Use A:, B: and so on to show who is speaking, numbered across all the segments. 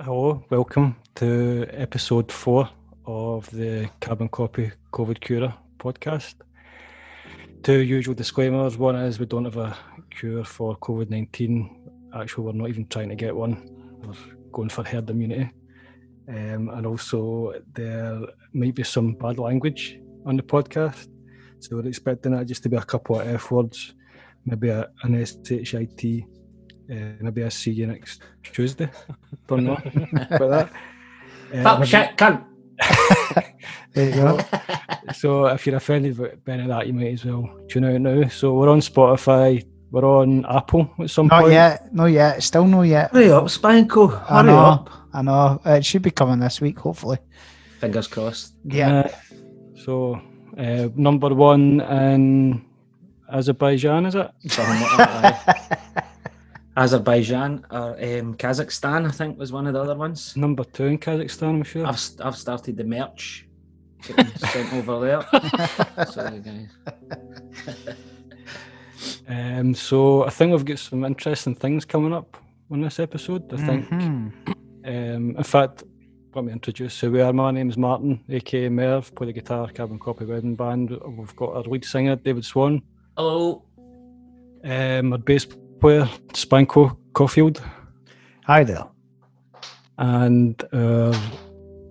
A: Hello, welcome to episode four of the Carbon Copy COVID Cura podcast. Two usual disclaimers. One is we don't have a cure for COVID 19. Actually, we're not even trying to get one, we're going for herd immunity. Um, and also, there might be some bad language on the podcast. So, we're expecting that just to be a couple of F words, maybe a, an SHIT, uh, maybe I see you next Tuesday. Don't know about that. Um,
B: Fuck shit, cunt.
A: There you go. so if you're offended by any of that, you might as well tune out now. So we're on Spotify. We're on Apple at some
C: Not
A: point.
C: yet. Not yet. Still not yet.
B: Hurry up, Spanko.
C: I
B: Hurry
C: know.
B: up.
C: I know. It should be coming this week, hopefully.
B: Fingers crossed.
C: Yeah.
A: Uh, so uh, number one in Azerbaijan, is it?
B: Something like that, aye. Azerbaijan or um, Kazakhstan, I think, was one of the other ones.
A: Number two in Kazakhstan, I'm sure.
B: I've st- I've started the merch getting sent over there. Sorry, guys.
A: Um, so I think we've got some interesting things coming up on this episode. I think.
C: Mhm.
A: Um, in fact, let me introduce who we are. My name's Martin, aka Merv, play the guitar, Carbon Copy Wedding Band. We've got our lead singer, David Swan,
B: Hello.
A: um, our bass player, Spanko Caulfield,
C: Hi there.
A: and our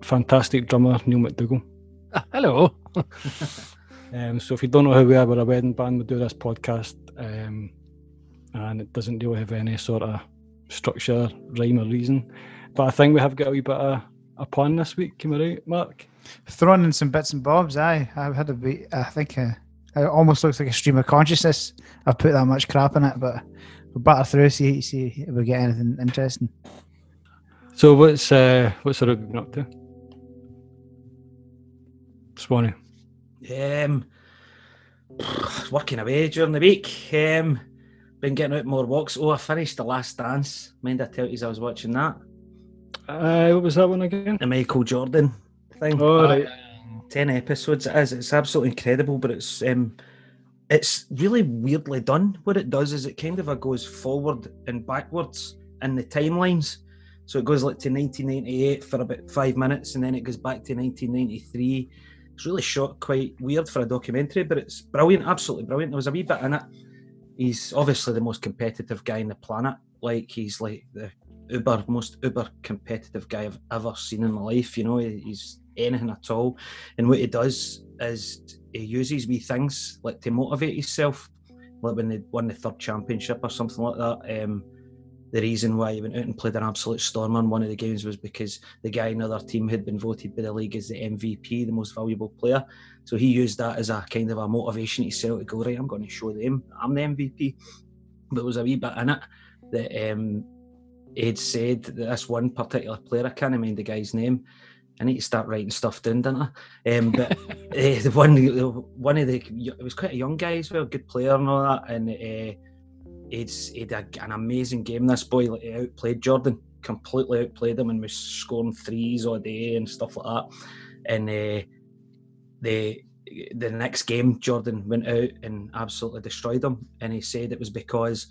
A: fantastic drummer, Neil McDougall. Ah,
D: Hello.
A: Um, so if you don't know who we are, we're a wedding band. We do this podcast, um, and it doesn't really have any sort of structure, rhyme, or reason. But I think we have got a wee bit of a plan this week. Am I right, Mark?
C: Throwing in some bits and bobs. Aye. I've had a bit. I think uh, it almost looks like a stream of consciousness. I've put that much crap in it, but we'll batter through, see, see if we get anything interesting.
A: So what's uh, what's the rugby been up to? Swanee.
B: Um, working away during the week. Um, been getting out more walks. Oh, I finished the Last Dance. Mind I tell you, I was watching that.
A: Uh, what was that one again?
B: The Michael Jordan thing. Uh,
A: Oh, right.
B: 10 episodes it is it's absolutely incredible but it's um it's really weirdly done what it does is it kind of uh, goes forward and backwards in the timelines so it goes like to 1998 for about five minutes and then it goes back to 1993 it's really short quite weird for a documentary but it's brilliant absolutely brilliant there was a wee bit in it he's obviously the most competitive guy on the planet like he's like the uber most uber competitive guy i've ever seen in my life you know he- he's anything at all and what he does is he uses wee things like to motivate himself. Like when they won the third championship or something like that. Um, the reason why he went out and played an absolute storm on one of the games was because the guy in another team had been voted by the league as the MVP, the most valuable player. So he used that as a kind of a motivation to himself to go, right, I'm going to show them I'm the MVP. But there was a wee bit in it that um, he'd said that this one particular player, I can't remember the guy's name. I need to start writing stuff down, didn't I? Um, but uh, the one, the one of the, it was quite a young guy as well, good player and all that. And uh, it's he'd had an amazing game. This boy like, he outplayed Jordan, completely outplayed him, and was scoring threes all day and stuff like that. And uh, the the next game, Jordan went out and absolutely destroyed him. And he said it was because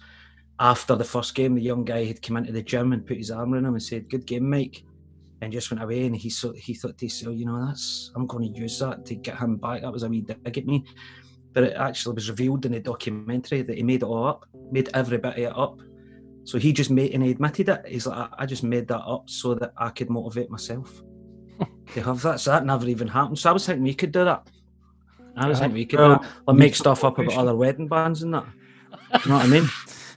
B: after the first game, the young guy had come into the gym and put his arm around him and said, "Good game, Mike." and just went away. And he so he thought to himself, you know, that's I'm going to use that to get him back. That was a wee dig at me, but it actually was revealed in the documentary that he made it all up, made every bit of it up. So he just made and he admitted it. He's like, I, I just made that up so that I could motivate myself to have that. So that never even happened. So I was thinking we could do that. I was
A: Aye.
B: thinking we could
A: Well,
B: do that. Like make stuff up about
A: motivation.
B: other wedding bands and that. You know what I mean?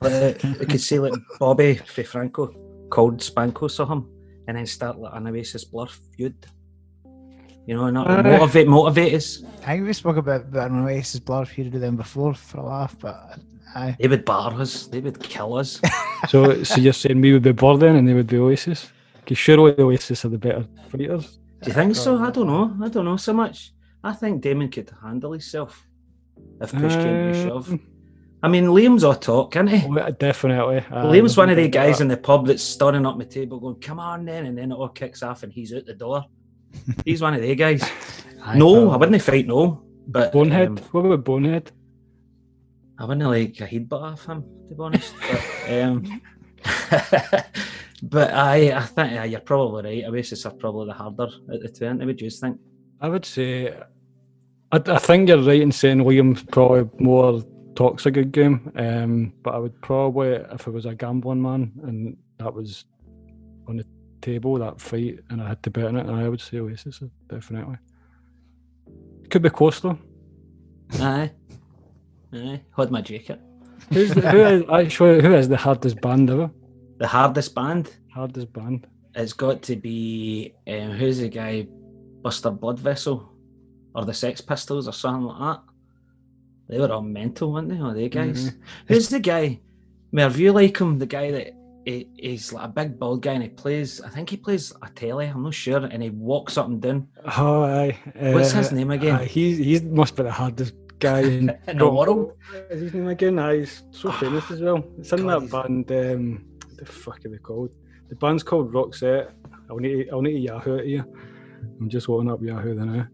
B: Like, uh, we could say like Bobby Franco called Spanko or him and then start like an Oasis Blur feud. You know, and
A: Aye.
B: that motivate, motivate us.
C: I think we spoke about, about an Oasis Blur if you do them before for a laugh, but I
B: They would bar us. They would kill us.
A: So, so you're saying we would be Blur then and they would be Oasis? Because surely the Oasis are the better fighters.
B: Do you think so? I don't know. I don't know so much. I think Damon could handle himself if push came to
A: Um,
B: shove. I mean, Liam's all talk, isn't he?
A: Oh, Definitely. Uh,
B: Liam's one of the guys in the pub that's stirring up my table, going, "Come on, then," and then it all kicks off, and he's out the door. He's one of the guys. no, I wouldn't fight no, but
A: Bonehead.
B: um,
A: what about Bonehead?
B: I wouldn't like a head butt off him, to be honest. But, um, but I, I think yeah, you're probably right. Oasis are probably the harder uh, at the twenty. Would you think?
A: I would say, I, I think you're right in saying Liam's probably more talks a good game. Um, but I would probably, if it was a gambling man and that was on the table, that fight, and I had to bet on it, I would say Oasis, definitely. Could be close though.
B: Aye, aye. Hold my jacket.
A: Who's the, who is actually who is the hardest band ever?
B: The hardest band.
A: Hardest band.
B: It's got to be um, who's the guy, Buster Blood Vessel, or the Sex Pistols, or something like that. They were all mental, weren't they? All they
A: Mm-hmm.
B: guys. Who's the guy? Merv, you like him? The guy that he, he's like a big bald guy and he plays. I think he plays a telly. I'm not sure. And he walks up and down.
A: Oh, aye.
B: What's
A: Uh,
B: his name again?
A: aye, he's he must be the hardest guy in,
B: In the world?
A: What Is his name again? Aye, he's so famous as well. It's in
B: Ah, God,
A: that band. Um, what the fuck are they called? The band's called Roxette. I'll need to- I'll need to Yahoo it to you. I'm just loading up Yahoo eh? there now.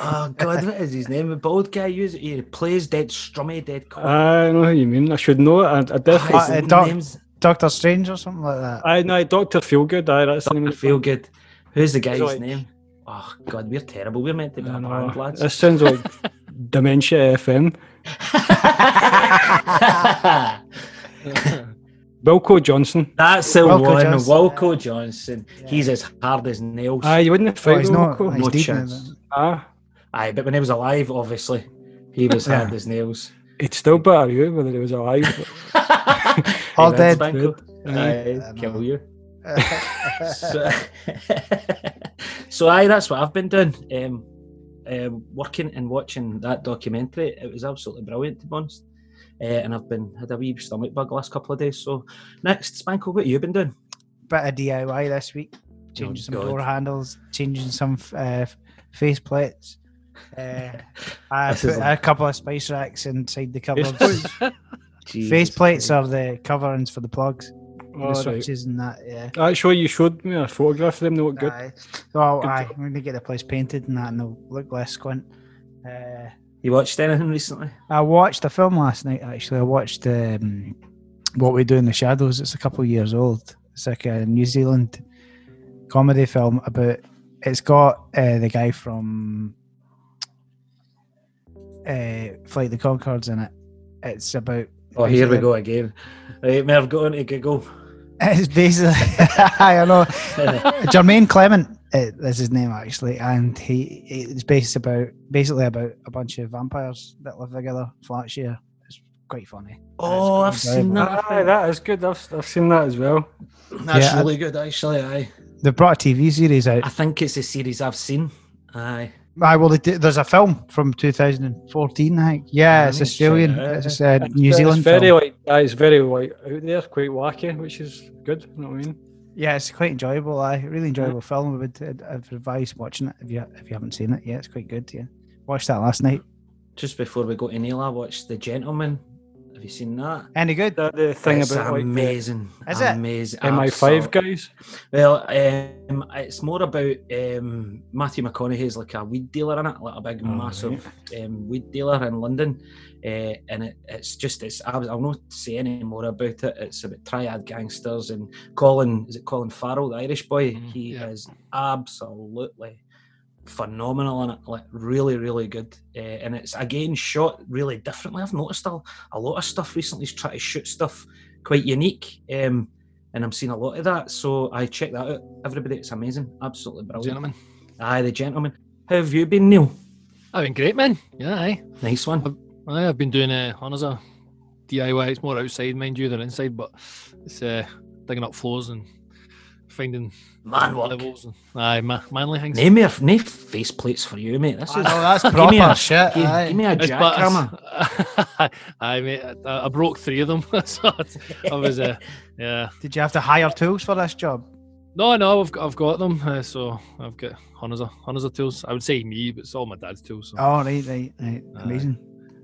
B: oh God, what is his name? The bald guy. He, he plays dead strummy, dead. cold.
A: I know what you mean. I should know it. I, I Uh, definitely.
B: Ah,
C: uh,
B: his
C: Doc-
B: name's-
C: Doctor Strange or something like that.
A: I know Doctor Feelgood. Aye, that's the name.
B: I
A: of the
B: feel good. Who's the guy's
A: like-
B: name? Oh God, we're terrible. We're meant to be a
A: band. I
B: band,
A: know.
B: lads.
A: This sounds like Dementia FM. Wilco Johnson.
B: That's the
C: Wilco
B: one,
C: Johnson.
B: Wilco Johnson.
C: Yeah.
B: He's as hard as nails.
A: Aye,
B: Aye.
A: you wouldn't
C: Oh,
A: fight
C: he's not.
A: Wilco.
C: he's
B: No
C: deep now,
B: chance.
C: but-
A: Ah,
B: but when he was alive, obviously, he was
C: Yeah.
B: hard as nails.
A: it's still better you whether it was alive.
C: All
B: Hey, that's
C: dead.
B: Banco.
A: Aye.
B: Aye, kill you.
C: Uh,
B: So, so aye, that's what I've been doing. Um, um, working and watching that documentary, it was absolutely brilliant to be honest. Uh, and I've been had a wee stomach bug last couple of days. So next, Spanko, what have you been doing?
C: bit of DIY this week. Changing some
B: God.
C: door handles, changing some f- uh, face plates. Uh, I
B: This is
C: put
B: a-
C: a couple of spice racks inside the cupboards.
A: plates.
C: face plates are the coverings for the plugs, and the
A: All right.
C: switches, and that. Yeah.
A: Actually, you showed me a photograph of them. They look good.
C: Aye. Well,
A: Good
C: aye,
A: job.
C: I'm gonna get the place painted and that, and they'll look less squint. Uh,
B: You watched anything recently?
C: I watched a film last night. Actually, I watched um, What We Do in the Shadows. It's a couple of years old. It's like a New Zealand comedy film about. It's got uh, the guy from uh, Flight of the Concords in it. It's about.
B: Oh, here we go again. Right, Merv, go on to Google.
C: It's basically. I know. Jermaine Clement uh, is his name actually, and he it's based about basically about a bunch of vampires that live together for that year. It's quite funny.
B: oh, I've
C: That's
B: seen that.
A: Ah, Aye, that is good. I've, I've seen that as well.
B: That's
C: Yeah, I-
B: really good, actually. Aye.
C: They brought a TV series out.
B: I think it's a series I've seen. Aye.
C: I well, they did- there's a film from 2014, I think. Yeah,
B: I
C: it's
B: need to check
C: Australian.
B: it out.
C: It's uh, New
A: It's
C: Zealand.
A: very
C: film.
A: like aye, it's very like out there, quite wacky, which is good. You know what I mean?
C: Yeah, it's quite enjoyable. I really enjoyable film. I would I'd, I'd advise watching it if you if you haven't seen it. Yeah, it's quite good. Yeah, watched that last night.
B: Just before we go to Neil, I watched The Gentleman. Have you seen that?
C: Any good?
A: That the thing
B: it's
A: about like the
B: amazing.
C: Is it?
B: amazing.
A: MI5 guys.
B: Well, um, it's more about um, Matthew McConaughey's like a weed dealer in it, like a big
A: All
B: massive um, weed dealer in London, uh, and it, it's just it's. I was, I'll not say any more about it. It's about triad gangsters and Colin. Is it Colin Farrell, the Irish boy?
A: Mhm,
B: He
A: yeah.
B: is absolutely phenomenal in it, like really, really good. Uh, and it's again shot really differently. I've noticed a, a lot of stuff recently is trying to shoot stuff quite unique. Um, and I'm seeing a lot of that. So I check that out. Everybody, it's amazing. Absolutely brilliant.
E: Gentlemen,
B: Aye, the gentleman. How have you been, Neil?
E: I've been great, man. Yeah, aye.
B: Nice one.
E: aye I've been doing uh, honours a DIY. It's more outside, mind you, than inside, but it's uh, digging up floors and finding
B: Man, what?
E: levels. And, aye, ma- manly things.
B: Name me a, no face plates for you, mate. This
C: Oh,
B: is
C: that's
B: give me
C: proper
B: a-
C: shit.
B: give,
C: aye.
B: give me a
E: It's- but
B: jackhammer.
E: it's- aye, mate. I, I broke three of them. so I was, uh, yeah.
C: Did you have to hire tools for this job?
E: No, no, I've got, I've got them. Uh, so I've got hundreds of hundreds of tools. I would say me, but it's all my dad's tools. So.
C: Oh, right, right, right.
E: Aye.
C: Amazing.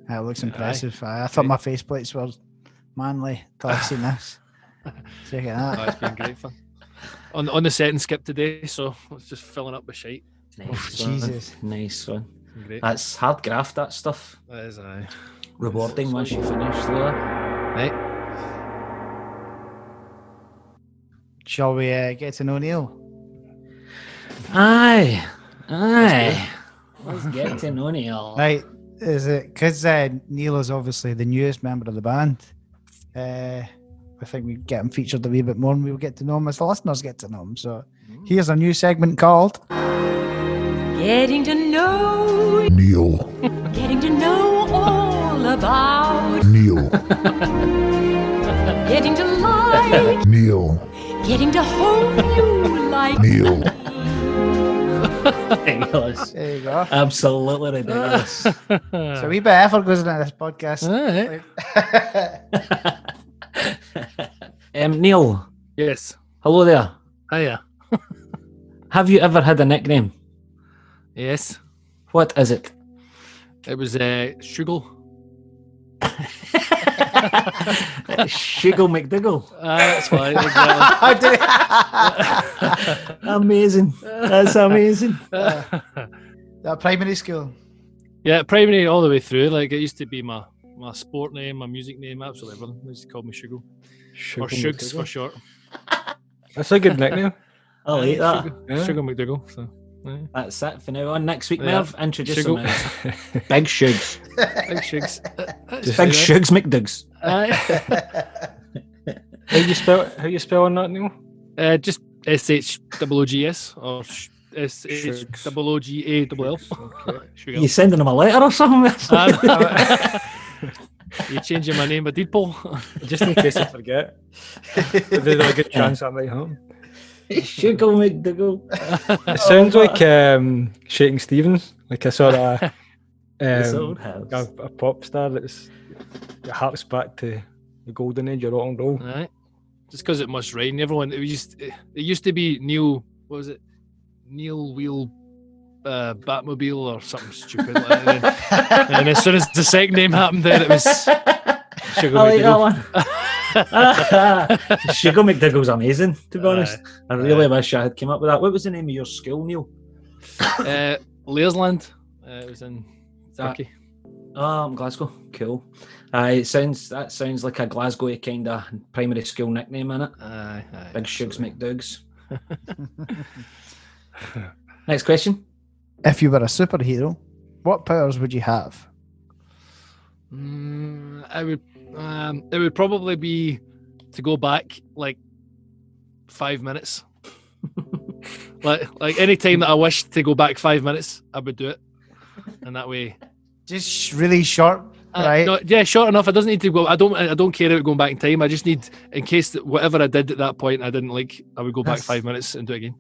C: That looks
E: Aye.
C: impressive. Aye, I thought my faceplates were manly till I've seen this. Check it
E: No,
C: out.
E: it's been great fun. On on the set and skip today, so it's just filling up with shite.
B: Nice one.
C: Oh, Jesus.
B: Nice one.
E: It's been Great.
B: That's hard graft, that stuff.
E: That is aye.
B: Rewarding once you finish there.
E: Right.
C: Shall we uh, get to know Neil?
B: Aye. Aye. Let's get to know Neil.
C: Right. Is it because uh, Neil is obviously the newest member of the band? Uh, I think we get him featured a wee bit more and we'll get to know him as the listeners get to know him. So here's a new segment called
F: Getting to know,
G: Neil,
F: getting to know all about,
G: Neil,
F: getting to like,
G: Neil,
F: getting to hope you like.
G: Neil,
B: Ridiculous.
C: There you go.
B: Absolutely ridiculous.
C: So a wee bit of effort goes into this podcast.
E: all right.
B: um, Neil,
E: Yes.
B: hello there.
E: Hiya.
B: Have you ever had a nickname?
E: Yes.
B: What is it?
E: It was uh, Shugle.
B: Shiggle McDiggle.
E: Uh, that's why. exactly.
C: How do
B: Amazing. That's amazing.
E: uh,
C: That primary school.
E: yeah, primary all the way through. Like it used to be my my sport name, my music name, absolutely everything. They used to call me Shugle or Shugs for short.
A: That's a good nickname.
B: I like that.
E: Shugle,
A: Yeah.
E: Shugle McDougall. So. yeah.
B: That's it for now on. Next week,
E: Yeah.
B: Merv, introduce
E: Shiggle.
B: him as Big Shugs.
E: Big Shugs.
B: Big Shugs McDugs.
E: Aye.
A: How you spell? How you spell on that, Neil?
E: Uh, just S H O G S or S H
A: Shugs.
E: O G A double L.
A: Okay.
E: Sugar.
B: You sending him a letter or something?
E: Um, uh, You're changing my name, but did Paul?
A: Just in case I forget, there's a good chance I might have.
B: Shiggle McDiggle.
A: It sounds like um, Shaking Stevens. Like I saw a,
B: His
A: um,
B: own house.
A: a, a pop star that's it harks back to the golden age of rock and roll.
E: Right. Just because it must rain. Everyone, it used it used to be Neil. What was it? Neil Wheel uh, Batmobile or something stupid. like that. And, then- and as soon as the second name happened, then it was
B: I
E: Sugar
B: like that
E: McDougall.
B: one. Sugar McDougall's amazing, to be honest. I really wish I had come up with that. What was the name of your school, Neil?
E: Uh, Leersland. Uh, it was in
B: That-
E: Turkey.
B: Um, Glasgow. Cool. Uh, it sounds that sounds like a Glasgow kind of primary school nickname in it.
E: Aye, aye,
B: Big Shugs
E: absolutely.
B: McDougs. Next question.
C: if you were a superhero, what powers would you have?
E: Mm, I would. Um, it would probably be to go back like five minutes. like like any time that I wished to go back five minutes, I would do it, and that way.
C: Just sh- really short,
E: Uh,
C: right?
E: no, yeah, sure enough. I doesn't need to go. I don't. I don't care about going back in time. I just need, in case that whatever I did at that point I didn't like, I would go back
C: That's-
E: five minutes and do it again.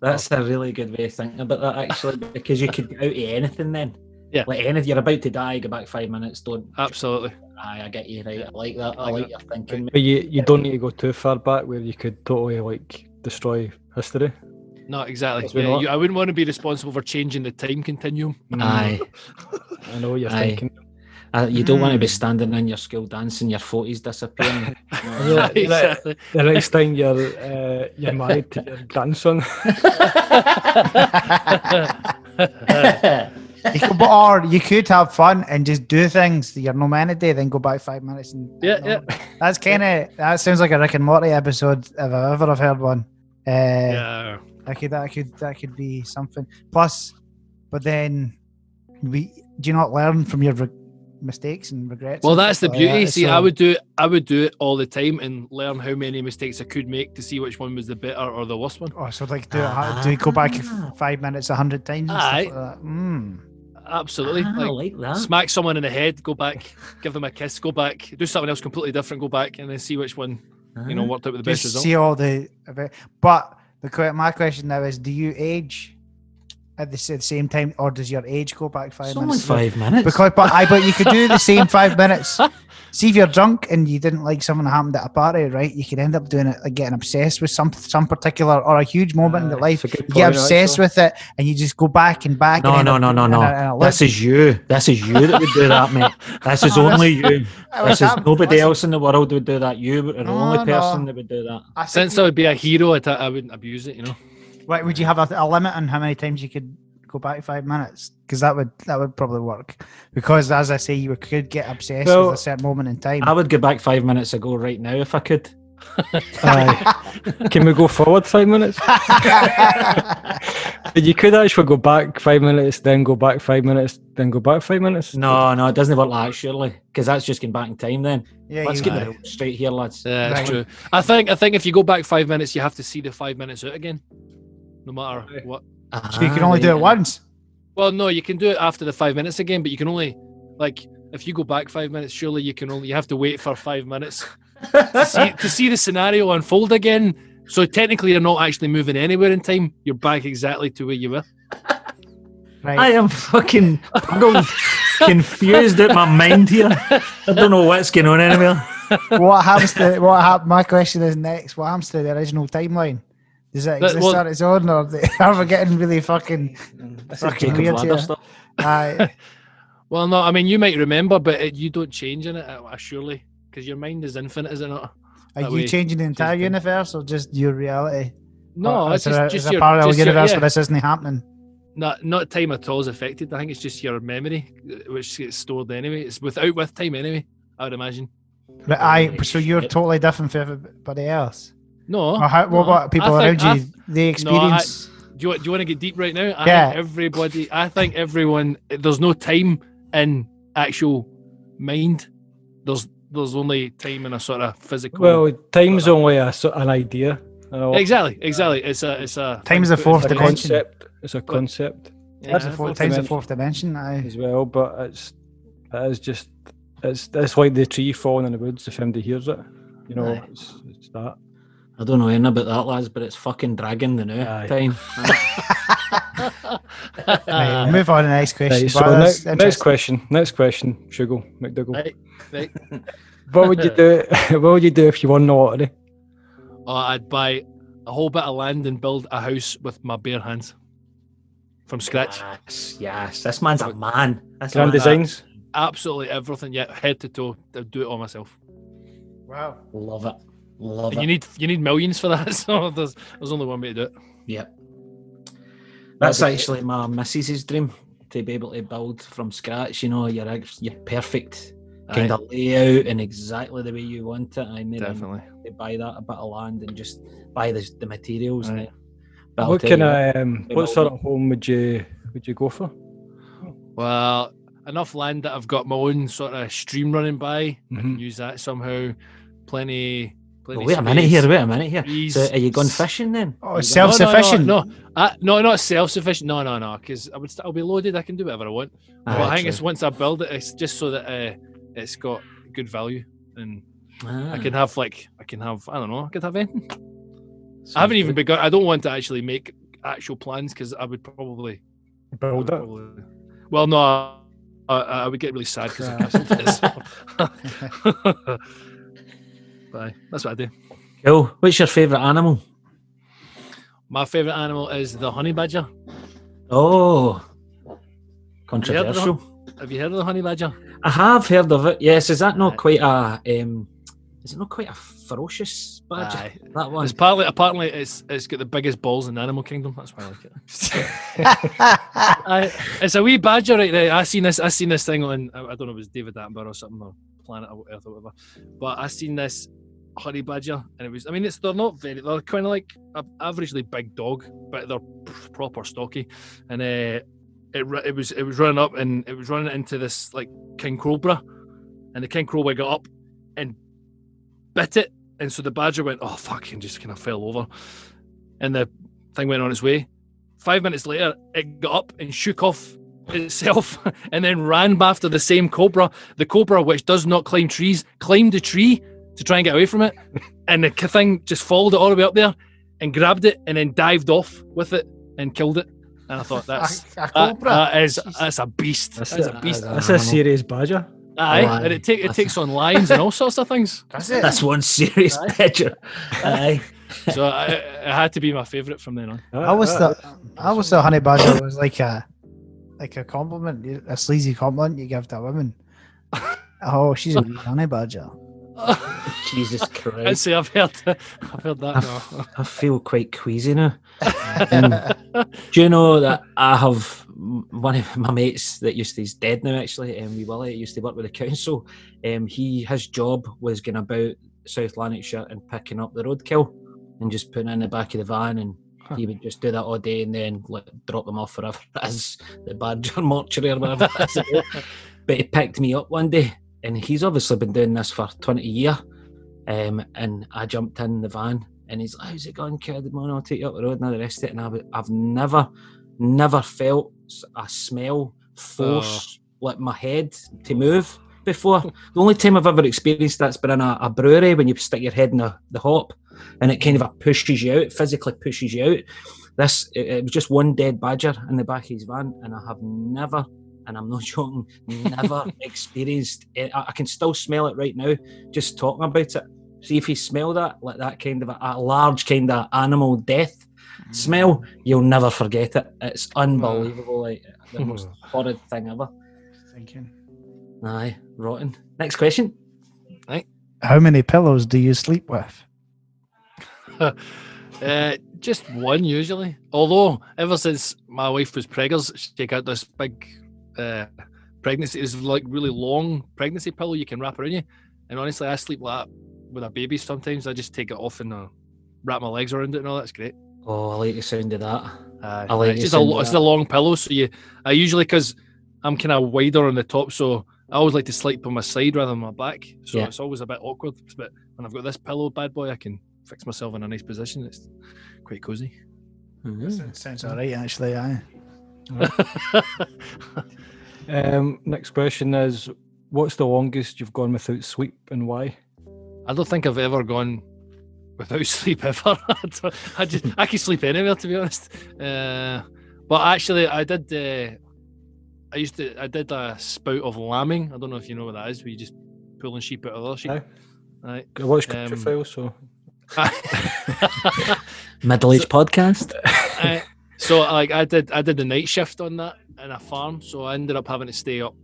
B: That's
E: Oh.
B: a really good way of thinking about that, actually, because you could get out of anything then.
E: Yeah.
B: Like anything, you're about to die, go back five minutes, don't.
E: Absolutely.
B: Aye, I get you right. I like that. I
E: Like
B: like
E: that.
B: your thinking. mate.
A: But you you don't need to go too far back where you could totally like destroy history.
E: No, exactly.
A: Yes, we're
E: Yeah,
A: not.
E: you- I wouldn't want to be responsible for changing the time continuum.
B: Aye.
A: I know what you're
B: Aye.
A: thinking.
B: Uh, you don't want to be
C: Mm.
B: standing in your school dancing, your forties disappearing.
A: Yeah,
E: exactly.
A: The next time you're uh, you're married to your grandson,
C: You could, or you could have fun and just do things that you're no man a day, then go back five minutes and
E: Yeah, yeah.
C: That's kind of that sounds like a Rick and Morty episode if I ever have heard one. Uh,
E: yeah.
C: That could that could that could be something. Plus, but then we do you not learn from your re- mistakes and regrets?
E: Well,
C: and
E: that's the
C: stuff like
E: beauty.
C: that?
E: see, I
C: So-
E: would do I would do it all the time and learn how many mistakes I could make to see which one was the better or the worst one.
C: Oh, so like do, it do you go back f- five minutes a hundred times? And
E: Aye.
C: stuff like that? Mm.
E: Absolutely.
B: Ah, I
E: like,
B: like that.
E: smack someone in the head, go back, give them a kiss, go back, do
B: Ah.
E: something else completely different, go back, and then see which one you know worked out with the best
C: Just
E: result.
C: see all the, event- but The que- my question now is: Do you age at the s- the same time, or does your age go back five
B: It's only
C: minutes?
B: five minutes.
C: Because, but I but you could do the same five minutes. See if you're drunk and you didn't like something that happened at a party, right? You could end up doing it, like getting obsessed with some some particular or a huge moment in your
A: Aye,
C: life.
A: it's a good
C: You
A: point,
C: get obsessed
A: actually.
C: with it, and you just go back and back.
B: no,
C: and
B: no, no, no,
C: in a- in a
B: no.
C: loop.
B: This is you. This is you that would do that, mate. This is only you.
C: I
B: This
C: was-
B: is
C: I'm-
B: nobody
C: listen,
B: else in the world would do that. You are the only
C: No, no.
B: person that would do that.
C: I think
E: Since I would be a hero, I, I wouldn't abuse it, you know. Uh,
C: Right, would you have a, a limit on how many times you could go back five minutes? Because that would that would probably work. Because as I say, you could get obsessed
A: Well,
C: with a certain moment in time.
B: I would go back five minutes ago right now if I could.
A: Aye. Can we go forward five minutes? But you could actually go back five minutes, then go back five minutes, then go back five minutes.
B: No, no, it doesn't work like that, surely, because that's just going back in time. Then
C: yeah,
B: let's
C: you
B: get
C: would.
B: the rules straight here, lads.
E: Yeah, that's
C: Right.
E: true. I think I think if you go back five minutes, you have to see the five minutes out again, no matter
A: Aye.
E: what.
C: So you can only do it
B: Ah,
C: once.
E: Well, no, you can do it after the five minutes again, but you can only like if you go back five minutes, surely you can only you have to wait for five minutes to see to see the scenario unfold again. So technically, you're not actually moving anywhere in time. You're back exactly to where you were.
C: Right.
B: I am fucking buggled, confused at my mind here. I don't know what's going on anywhere.
C: what happens to what happened? My question is next. What happens to the original timeline? Does it
E: That-
C: exist
E: well-
C: on its own, or they- are we getting really fucking? uh,
B: This is
C: Fucking
B: Jacob's
C: weird,
B: ladder
C: yeah.
B: stuff.
C: Aye.
E: Well, no, I mean you might remember, but it, you don't change in it, uh, uh, surely, because your mind is infinite, is it not?
C: are
E: That
C: you
E: way,
C: changing the entire
E: been-
C: universe, or just your reality?
E: No,
C: Or
E: it's
C: is there Oh, a, is
E: just, just
C: there
E: your
C: a parallel
E: just your-
C: universe
E: yeah.
C: where this isn't happening.
E: not not time at all is affected. I think it's just your memory uh, which gets stored anyway. It's without with time anyway. I would imagine.
C: But I so you're
E: Oh, shit.
C: totally different from everybody else.
E: No.
C: Or how, what
E: no,
C: about people
E: I
C: around
E: think- I
C: you? They experience.
E: do you, do you want to get deep right now? I
C: Yeah.
E: think everybody, I think everyone, there's no time in actual mind. There's there's only time in a sort of physical.
A: Well, time's
E: Well,
A: only a, so- an idea. You know,
E: exactly, exactly. It's a it's a
C: Time is a fourth
A: It's a
C: dimension.
A: concept. It's a concept
C: times
E: Yeah,
C: the fourth,
E: fourth
C: times the
A: dimension.
C: fourth dimension. Aye.
A: as well, but it's it is just it's it's like the tree falling in the woods. If anybody hears it, you know,
B: Aye.
A: it's, it's that.
B: I don't know anything about that, lads, but it's fucking dragging the new
A: Aye.
B: time.
C: Right,
E: Ah.
C: we'll move on to the next question.
A: Right, so
C: Wow, that's
A: next, next
C: interesting.
A: question. Next question, Shugle McDougall.
E: Right, right.
A: what would you do? What would you do if you won the lottery?
E: Or Oh, I'd buy a whole bit of land and build a house with my bare hands from scratch.
B: Yes, yes. This man's a man. This
A: Grand
B: man's a-
A: designs.
E: Absolutely everything. Yeah, head to toe. I'd do it all myself.
C: Wow.
B: Love it. Love
E: And
B: it.
E: you need you need millions for that. So there's there's only one way to do it.
B: Yep. That's actually my missus's dream to be able to build from scratch. You know, your ex- your perfect kind of layout and exactly the way you want it. I mean,
E: Definitely.
B: to buy that a bit of land and just buy the the materials. and
E: Aye.
B: it. But I'll
A: what
B: tell
A: kind
B: you
A: of um,
B: they
A: what
B: will
A: sort
B: be.
A: of home would you would you go for?
E: Well, enough land that I've got my own sort of stream running by. I
A: Mm-hmm.
E: can use that somehow. Plenty,
B: Mm. Well,
E: plenty.
B: wait a minute
E: space,
B: here. Wait a minute here.
E: trees.
B: So, are you going fishing then?
C: Oh,
B: Are you
C: self-
B: going-
C: Self-sufficient?
E: No, no, no, I, no not self-sufficient. No, no, no. Because I would, st- I'll be loaded. I can do whatever I want.
B: Aye,
E: but I think
B: Ah, true.
E: it's once I build it, it's just so that uh, it's got good value, and
B: Ah,
E: I can have like, I can have, I don't know, I could have anything. I
B: sounds
E: haven't even
B: good.
E: begun. I don't want to actually make actual plans because I would probably I
A: Build
E: would
A: it.
E: probably- Well, no, I, I, I would get really sad because I cancelled this. but aye, that's what I do.
B: Cool. What's your favourite animal?
E: My favourite animal is the honey badger.
B: Oh,
E: Have you heard of the-
B: controversial.
E: Have you heard of the honey badger?
B: I have heard of it. Yes, is that not
E: Aye.
B: quite a? Um, is it not quite a ferocious badger?
E: Aye.
B: That one.
E: It's partly apparently it's it's got the biggest balls in the animal kingdom. That's why I like it. I, it's a wee badger right there. I seen this. I seen this thing on. I I don't know. It was David Attenborough or something or Planet Earth or whatever. But I seen this honey badger, and it was. I mean, it's they're not very. They're kind of like a averagely big dog, but they're p- proper stocky. And uh, it ru- it was it was running up, and it was running into this like king cobra, and the king cobra got up and bit it, and so the badger went, oh fuck, and just kind of fell over, and the thing went on its way. Five minutes later, it got up and shook off itself and then ran after the same cobra. The cobra, which does not climb trees, climbed a tree to try and get away from it. And the k- thing just followed it all the way up there. and grabbed it and then dived off with it and killed it. And I thought that's that, that is that's uh, a beast. That's, a beast.
A: That's a serious badger.
E: Aye,
B: Aye.
E: and it, take, it
B: That's-
E: takes on lines and all sorts of things.
C: That's it.
B: That's one serious
E: Aye.
B: picture. Aye.
E: So I, it had to be my favourite from then on.
C: I always
A: Ah,
C: thought I always thought honey badger was like a like a compliment, you- a sleazy compliment you give to a woman. Oh, she's a wee honey badger.
B: Jesus
E: I'd
B: Christ.
E: say I've heard, I've heard that. now.
B: I feel quite queasy now.
C: Um,
B: Do you know that I have m- one of my mates that used to, he's dead now actually, um, wee Willie, used to work with the council. Um, he His job was going about South Lanarkshire and picking up the roadkill and just putting it in the back of the van and he would just do that all day and then like, drop them off wherever it is, the Badger mortuary or whatever it is. but he picked me up one day and he's obviously been doing this for 20 year. Um, and I jumped in the van and he's like, How's it going, kid? Man, I'll take you up the road and all the rest of it. And I, w- I've never, never felt s- a smell force like my head to move before. the only time I've ever experienced that's been in a, a brewery when you stick your head in the, the hop and it kind of uh, pushes you out, it physically pushes you out. This, it, it was just one dead badger in the back of his van, and I have never. And I'm not joking. Never experienced it. I I can still smell it right now. Just talking about it. See if you smell that, like that kind of a, a large kind of animal death smell, you'll never forget it. It's unbelievable, like the most horrid thing ever.
C: thinking.
B: Aye, rotten. Next question.
C: How many pillows do you sleep with?
E: Uh, just one usually. Although ever since my wife was preggers, she took out this big uh, pregnancy is like really long pregnancy pillow you can wrap around you. And honestly, I sleep like that with a baby sometimes. I just take it off and uh, wrap my legs around it and all. That's great.
B: Oh, I like the sound of that.
E: Aye,
B: I like
E: it's
B: the
E: just a
B: sound
E: lo-
B: of
E: it's
B: that.
E: a long pillow, so you I usually because I'm kind of wider on the top, so I always like to sleep on my side rather than my back, so
B: Yeah.
E: it's always a bit awkward. But when I've got this pillow, bad boy, I can fix myself in a nice position. It's quite cozy.
B: Mm.
C: That sounds all right, actually. Aye.
A: Um, next question is, what's the longest you've gone without sleep and why?
E: I don't think I've ever gone without sleep ever. I, don't- I just I can sleep anywhere to be honest. Uh, but actually, I did. Uh, I used to. I did a spout of lambing. I don't know if you know what that is. Where you just pulling sheep out of other sheep.
A: Aye.
E: Aye.
A: I watched Country
E: Um,
A: Files, so
B: Middle aged podcast.
E: I- so like I did I did the night shift on that in a farm, so I ended up having to stay up.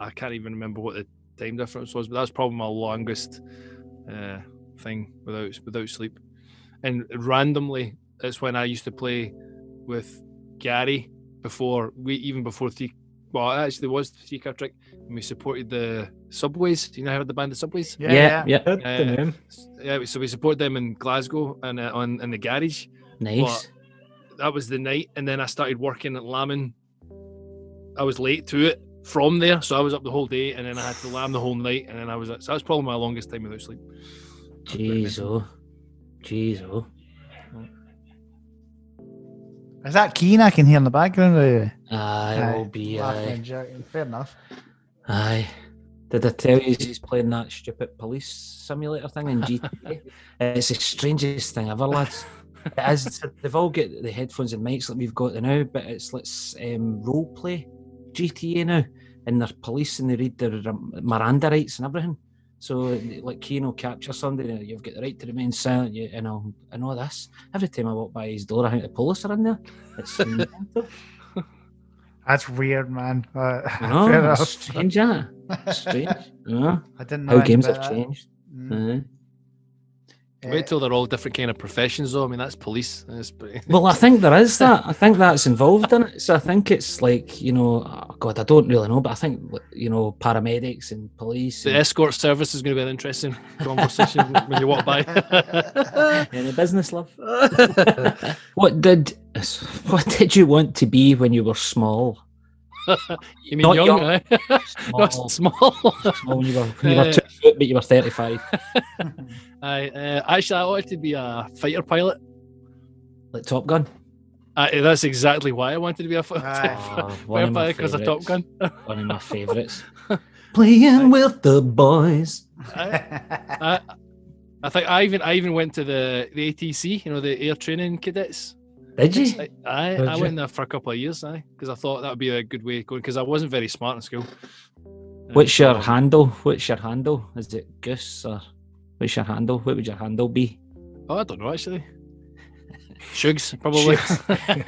E: I can't even remember what the time difference was, but that's probably my longest uh, thing without without sleep. And randomly, it's when I used to play with Gary before we even before three. Well, it actually was three car trick, and we supported the Subways. Do you know how the band the Subways?
B: Yeah, yeah.
A: heard the
E: Uh,
A: name.
E: Yeah, so we support them in Glasgow and uh, on in the garage
B: Nice.
E: that was the night, and then I started working at Lamin. I was late to it from there, so I was up the whole day, and then I had to lamb the whole night, and then I was so that was probably my longest time without sleep.
B: Jeez, oh. Jeez, oh.
C: Is that Keen I can hear in the background? Or,
B: Aye,
C: Aye,
B: will be uh,
C: laughing
B: aye.
C: and joking. Fair enough.
B: Aye. Did I tell you he's playing that stupid police simulator thing in GTA? it's the strangest thing ever, lads. It is, they've all got the headphones and mics like we've got now, but it's let's um, role play GTA now, and they're police and they read their um, Miranda rights and everything. So like Keane will capture somebody, and you've got the right to remain silent, you, and all and all this. Every time I walk by his door, I think the police are in there. It's mental.
C: That's weird, man. Uh,
B: I know,
C: fair
B: it's
C: enough.
B: strange, isn't it? Strange. you know?
C: I didn't know
B: how
C: anything
B: games
C: about
B: have
C: that.
B: changed. Uh,
C: Mm.
B: Aye.
E: Wait till they're all different kind of professions, though. I mean, that's police. That's pretty...
B: Well, I think there is that. I think that's involved in it. So I think it's like you know, oh God, I don't really know, but I think you know, paramedics and police
E: The
B: and,
E: escort service is going to be an interesting conversation when you walk by.
B: and the business love. what did what did you want to be when you were small?
E: you mean
B: Not
E: young?
B: young.
E: eh? Not
B: Small.
E: small.
B: Small when you were when you were
E: Uh,
B: two foot, but you were thirty five.
E: I uh, actually I wanted to be a fighter pilot.
B: Like Top Gun.
E: I, Uh, that's exactly why I wanted to be a fighter
C: Aye.
E: pilot.
B: Ah, one
E: Fighter
B: of my
E: pilot because of Top
B: favourites.
E: Gun.
B: One of my favourites. Playing with the boys.
E: I- I, I think I even I even went to the, the ATC, you know, the air training cadets.
B: Did you?
E: I I,
B: Did
E: I
B: you?
E: went there for a couple of years, I because I thought that would be a good way of going because I wasn't very smart in school. Uh,
B: What's your
E: so-
B: handle? What's your handle? Is it Goose or what's your handle? What would your handle be?
E: Oh, I don't know actually. Shugs, probably.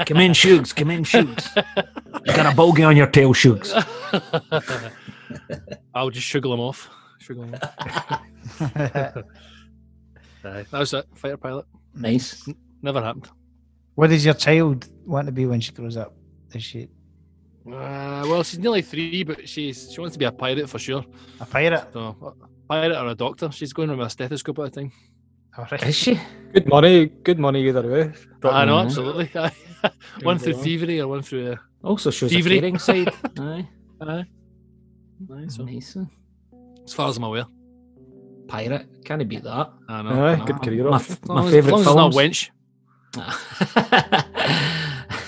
B: Come in, Shugs. Come in, Shugs. You got a bogey on your tail, Shugs.
E: I'll just sugar them off. Sugar 'em off. Aye, That was it. Fighter pilot.
B: Nice.
E: Never happened.
C: what does your child want to be when she grows up? Is she
E: Uh, well, she's nearly three, but she's she wants to be a pirate for sure.
C: a pirate?
E: So, a pirate or a doctor. She's going with a stethoscope at the time.
C: All right.
B: Is she?
A: Good money, good money either way.
E: I know,
B: know.
E: Ah, absolutely. Aye. one through thievery or one through. Uh,
B: Also shows
E: Thievery.
B: a caring side. Aye.
E: aye, so,
B: Nice.
E: as far as I'm aware,
B: Pirate. Can not beat that?
E: I know.
A: Aye,
B: Nah.
A: good career.
B: My,
A: option.
B: f-
E: As long
B: my
E: as- as
B: favourite
E: long as it's
B: films.
E: not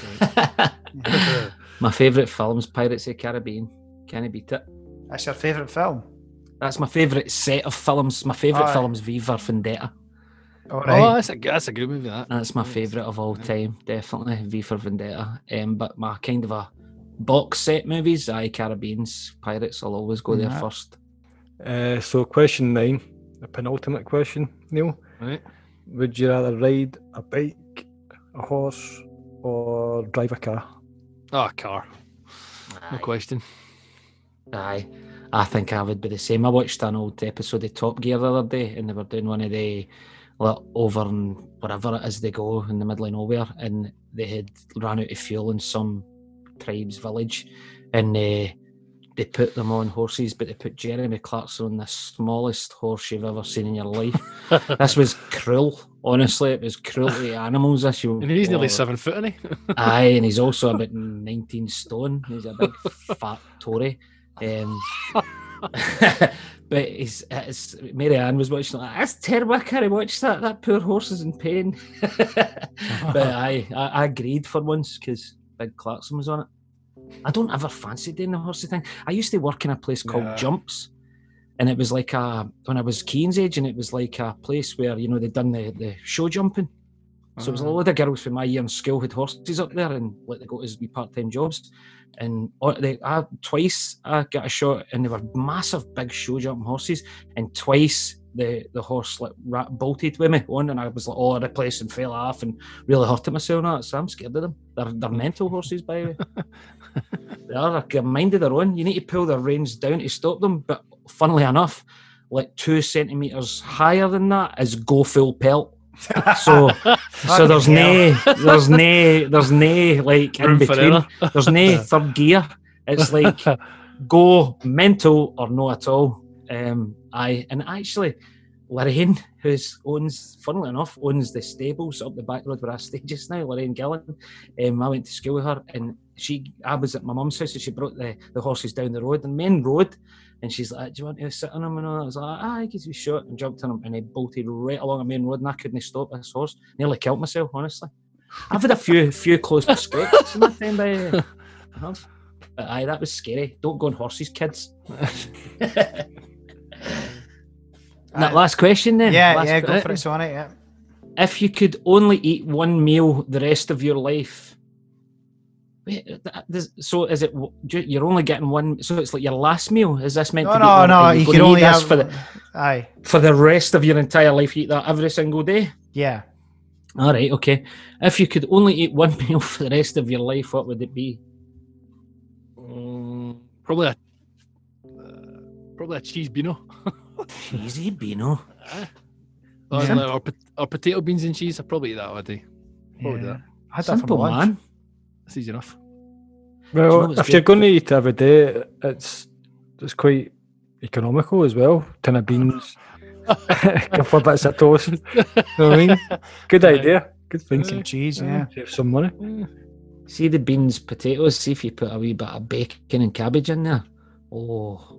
E: wench.
B: my favourite films, Pirates of the Caribbean. Can I beat it?
C: That's your favourite film.
B: That's my favourite set of films. My favourite
C: Aye.
B: film's V for Vendetta.
C: All
E: Oh,
C: right.
E: that's a that's a good movie. That
B: That's my favourite of all time, definitely. V for Vendetta. Um, but my kind of a box set movies, aye, Caribbeans, Pirates, I'll always go there
C: Yeah.
B: first.
A: Uh, so, question nine, the penultimate question, Neil.
E: Right.
A: Would you rather ride a bike, a horse, or drive a car?
E: Oh, car. No
B: Aye.
E: question.
B: Aye. I think I would be the same. I watched an old episode of Top Gear the other day and they were doing one of the like, over and wherever it is they go in the middle of nowhere and they had ran out of fuel in some tribe's village and they they put them on horses but they put Jeremy Clarkson on the smallest horse you've ever seen in your life. this was cruel. Honestly, it was cruelty to animals Oh, issue.
E: And he's nearly seven foot, isn't he?
B: Aye, and he's also about 19 stone. He's a big fat Tory. Um, but he's, it's, Mary Ann was watching it like, that's terrible. I can't watch that. That poor horse is in pain. but aye, I, I agreed for once because Big Clarkson was on it. I don't ever fancy doing the horsey thing. I used to work in a place called
A: Yeah.
B: Jumps. And it was like a, when I was Keane's age, and it was like a place where, you know, they'd done the, the show jumping. So it was a load of girls from my year in school had horses up there and let them go to be part time jobs. And all- they, I, twice I got a shot, and they were massive, big show jumping horses. And twice the, the horse like rat bolted with me on, and I was like all over the place and fell off and really hurting myself. And all that. So I'm scared of them. They're, they're mental horses, by the way. they are. They're minded their own. You need to pull their reins down to stop them. But funnily enough, like two centimeters higher than that is go full pelt. so so there's nay, there's nay, there's nay like in
E: Room for
B: between.
E: error.
B: There's nay third gear. It's like go mental or no at all. Um, I and actually, Lorraine, who owns, funnily enough, owns the stables up the back road where I stay just now. Lorraine Gillan. Um, I went to school with her, and she, I was at my mum's house, and she brought the, the horses down the road, the main road. And she's like, "Do you want to sit on them?" And all that. I was like, "Ah, I guess we shot," and jumped on him, and he bolted right along a main road, and I couldn't stop this horse. Nearly killed myself, honestly. I've had a few, few close scrapes in my time. By, I have. But aye, that was scary. Don't go on horses, kids. that last question then.
C: yeah,
B: last
C: yeah, go
B: question.
C: for it, Sonic. Yeah.
B: If you could only eat one meal the rest of your life, Wait, that- this- so is it? w- do- You're only getting one. So it's like your last meal. Is this meant?
C: No,
B: to be
C: no,
B: one-
C: no.
B: are
C: You
B: gonna
C: can
B: eat
C: only
B: this
C: have
B: for the
C: Aye.
B: for the rest of your entire life. You eat that every single day.
C: Yeah.
B: All right, okay. If you could only eat one meal for the rest of your life, what would it be?
E: Mm, probably a uh, probably a cheese beano.
B: Cheesy Beano.
E: Or,
C: Yeah.
E: like- or, pot- or potato beans and cheese. I probably eat that all day. Probably
C: yeah.
E: that.
C: I had that for
B: Simple
C: lunch.
B: man.
E: That's easy enough.
B: know
A: Well,
B: what's
A: if
B: good?
A: you're going to eat every day, it's it's quite economical as well. Tin of beans, can for bits of toast. You know what I mean? Good
E: Aye.
A: idea. Good
C: Some
A: thinking.
C: cheese, yeah.
A: Save some money.
B: See the beans, potatoes. See if you put a wee bit of bacon and cabbage in there. Oh,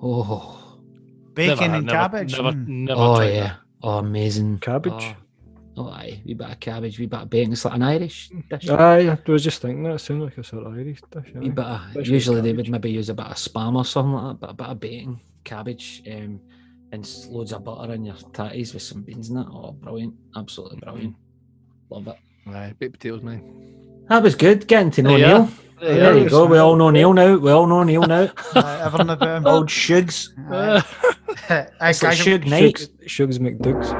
B: oh,
C: Bacon
E: Never had-
C: and
E: never-
C: cabbage.
E: Never,
C: mm.
E: never
B: oh
E: tried
B: yeah, oh amazing.
A: Cabbage.
B: Oh, oh aye, wee bit of cabbage, wee bit of bacon. It's like an Irish dish.
A: Aye, I was just thinking that. It sounded like a sort of Irish dish. eh?
B: wee
A: aye.
B: bit of,
A: Especially
B: usually they would
A: cabbage.
B: maybe use a bit of spam or something like that, but a bit of bacon, cabbage. Um, and s- loads of butter in your tatties with some beans in it. Oh, brilliant! Absolutely brilliant. Love it.
E: Aye, baked potatoes, man.
B: That was good getting to know
E: There you
B: Neil.
E: are.
B: There,
E: There you
B: you go. We all know Neil now. We all know Neil now.
C: Aye, everyone about him.
B: Old Shugs.
C: Aye. Aye,
B: It's like
C: guys,
B: Shug Knight.
A: Shugs, Shugs McDugs.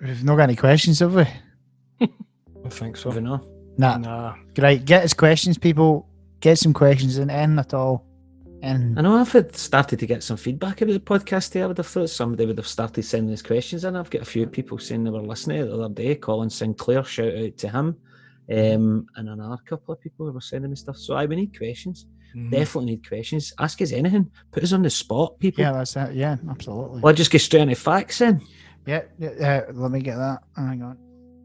C: We've not got any questions, have we?
A: I think so.
B: Moving on.
C: Nah.
A: Nah.
C: Great. Get us questions, people. Get some questions in, end at all. And
B: I know if I'd started to get some feedback about the podcast today, I would have thought somebody would have started sending us questions in. I've got a few people saying they were listening the other day. Colin Sinclair, shout out to him. Um, and another couple of people who were sending me stuff. So I we need questions.
A: Mm.
B: Definitely need questions. Ask us anything. Put us on the spot, people.
C: yeah, that's it. Yeah, absolutely.
B: Well, just get straight into facts then.
C: Yeah, yeah, uh, let me get that. Hang on.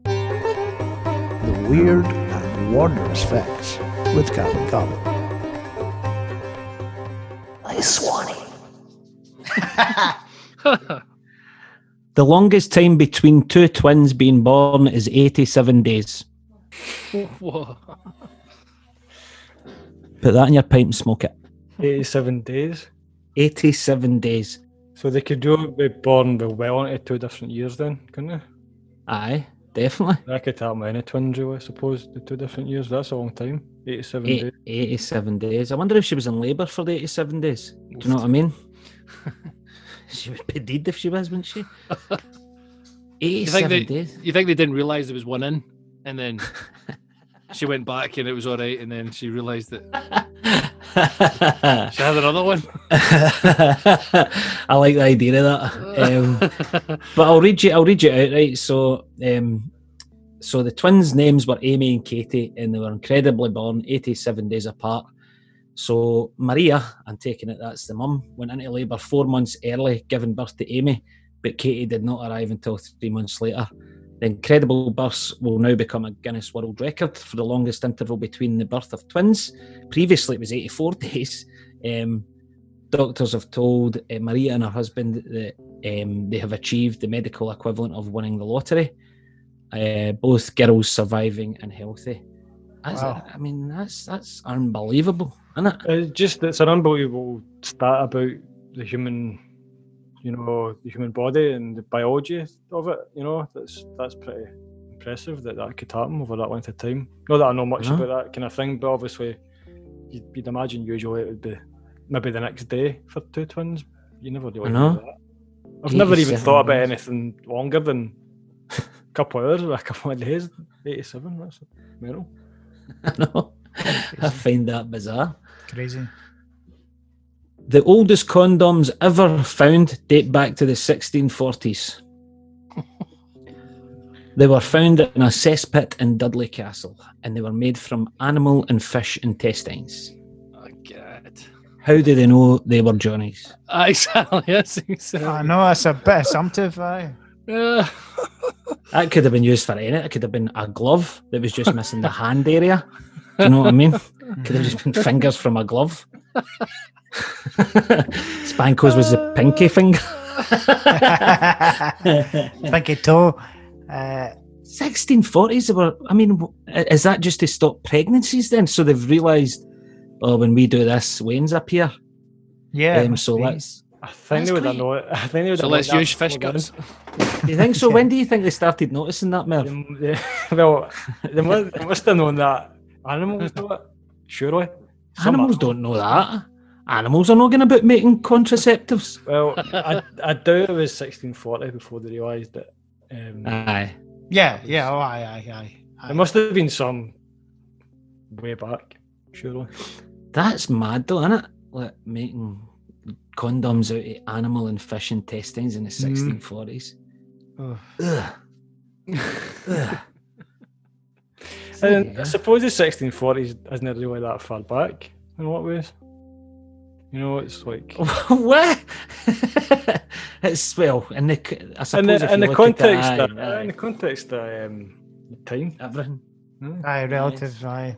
G: The Weird and Wondrous Facts with Calvin Cobbett.
B: The longest time between two twins being born is 87 days.
E: Whoa.
B: Put that in your pipe and smoke it.
A: 87 Mm. days.
B: 87 days.
A: So they could do it be born with well into two different years then, couldn't they?
B: Aye, definitely.
A: That could happen with any twins, really, I suppose. The two different years, that's a long time. 87
B: Eight,
A: days.
B: 87 days. I wonder if she was in labour for the 87 days. Do you know what I mean? she would be dead if she was, wouldn't she? 87
E: they-
B: days.
E: You think they didn't realise there was one in, and then she went back and it was all right, and then she realised that she had another one.
B: I like the idea of that. Um, but I'll read you. I'll read you out. Right. So, um, so the twins' names were Amy and Katie, and they were incredibly born, eighty-seven days apart. So Maria, I'm taking it that's the mum, went into labour four months early, giving birth to Amy, but Katie did not arrive until three months later. The incredible births will now become a Guinness World Record for the longest interval between the birth of twins. Previously, it was 84 days. Um, doctors have told uh, Maria and her husband that um, they have achieved the medical equivalent of winning the lottery. Uh, both girls surviving and healthy. That's-
C: Wow.
B: I mean, that's that's unbelievable, isn't it?
A: It's Uh, just, it's an unbelievable stat about the human, you know, the human body and the biology of it, you know. That's that's pretty impressive that that could happen over that length of time. Not that I know much
B: Uh-huh.
A: about that kind of thing, but obviously you'd, you'd imagine usually it would be maybe the next day for two twins. You never really
B: I
A: know
B: know.
A: that. I've never even
B: 87
A: thought about
B: days.
A: anything longer than a couple of hours or a couple of days. 87, that's mental.
B: I know. I find that bizarre.
C: Crazy.
B: The oldest condoms ever found date back to the 1640s. they were found in a cesspit in Dudley Castle and they were made from animal and fish intestines.
E: Oh, God.
B: How do they know they were Johnny's?
E: Aye, Sally, yes,
C: I know that's a bit assumptive. Aye.
E: Yeah.
B: That could have been used for any. It could have been a glove that was just missing the hand area. Do you know what I mean? Could have just been fingers from a glove. Spanko's was the pinky finger.
C: Pinky toe. Uh,
B: 1640s they were i mean w- is that just to stop pregnancies then so they've realized oh when we do this wayne's up here
C: yeah.
B: um,
C: must
B: so
C: be.
B: let's
A: I think
B: That's
A: they would have
B: quite-
A: known it. I think they would
E: So
A: have
E: let's
A: known that
E: use fish
A: before then.
E: guts.
B: do you think so when do you think they started noticing that Merv?
A: Them- they- well, they must, they must have known that animals do it, surely. Some
B: animals don't know that animals are not going about making contraceptives
A: Well, I, I doubt it was 1640 before they realised it. Um,
B: aye
C: Yeah, yeah. Oh, aye, aye, aye. aye.
A: There must have been some way back, surely.
B: that's mad though isn't it like making condoms out of animal and fish intestines in the 1640s
C: Mm-hmm. Ugh.
B: Ugh. Ugh.
A: And
C: Um,
B: Yeah.
A: I suppose the 1640s isn't really that far back in a lot of ways. You know, it's like.
B: what? it's well, in the c- I suppose
A: in the,
B: if
A: in
B: you
A: the
B: look at
A: context
B: aye,
A: of, in
B: aye,
A: the context of um, time.
B: everything.
C: Aye, relative. Aye.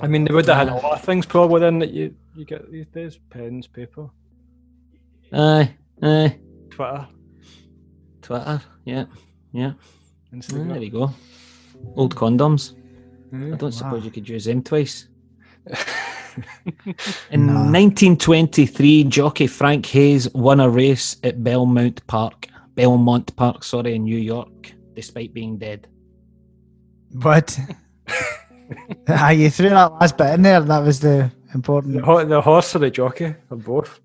A: I mean, they would have had a lot of things probably then that you, you get these days: pens, paper,
B: Aye, aye,
A: Twitter,
B: Twitter. Yeah, yeah. aye, there
A: Instagram.
B: you go. Old condoms. I
A: Mm.
B: don't suppose you could use them twice. In
C: Nah.
B: 1923, jockey Frank Hayes won a race at Belmont Park, Belmont Park, sorry, in New York, despite being dead.
C: But ah, you threw that last bit in there. That was the important.
A: The, ho- the horse or the jockey, or both.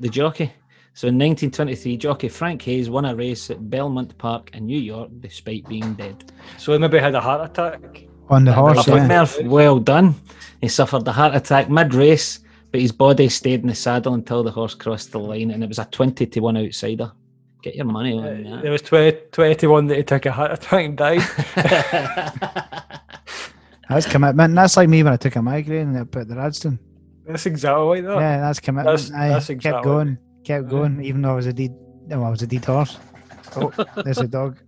B: The jockey. So in 1923, jockey Frank Hayes won a race at Belmont Park in New York, despite being dead.
A: So he maybe had a heart attack.
C: On the
B: Well
C: horse,
B: done,
C: yeah.
B: Merv. Well done. He suffered a heart attack mid race, but his body stayed in the saddle until the horse crossed the line, and it was a 20 to 1 outsider. Get your money
A: Uh,
B: on
A: There was 20, 21 that he took a heart attack and died.
B: that.
C: That's commitment. That's like me when I took a migraine and I put the Radston.
A: that's exactly like that.
C: Yeah, that's commitment.
A: Oh, That's-
C: I
A: that's
C: kept
A: exactly it.
C: going, kept going, even though I was a deed. No, I was a deed horse. Oh, there's a dog.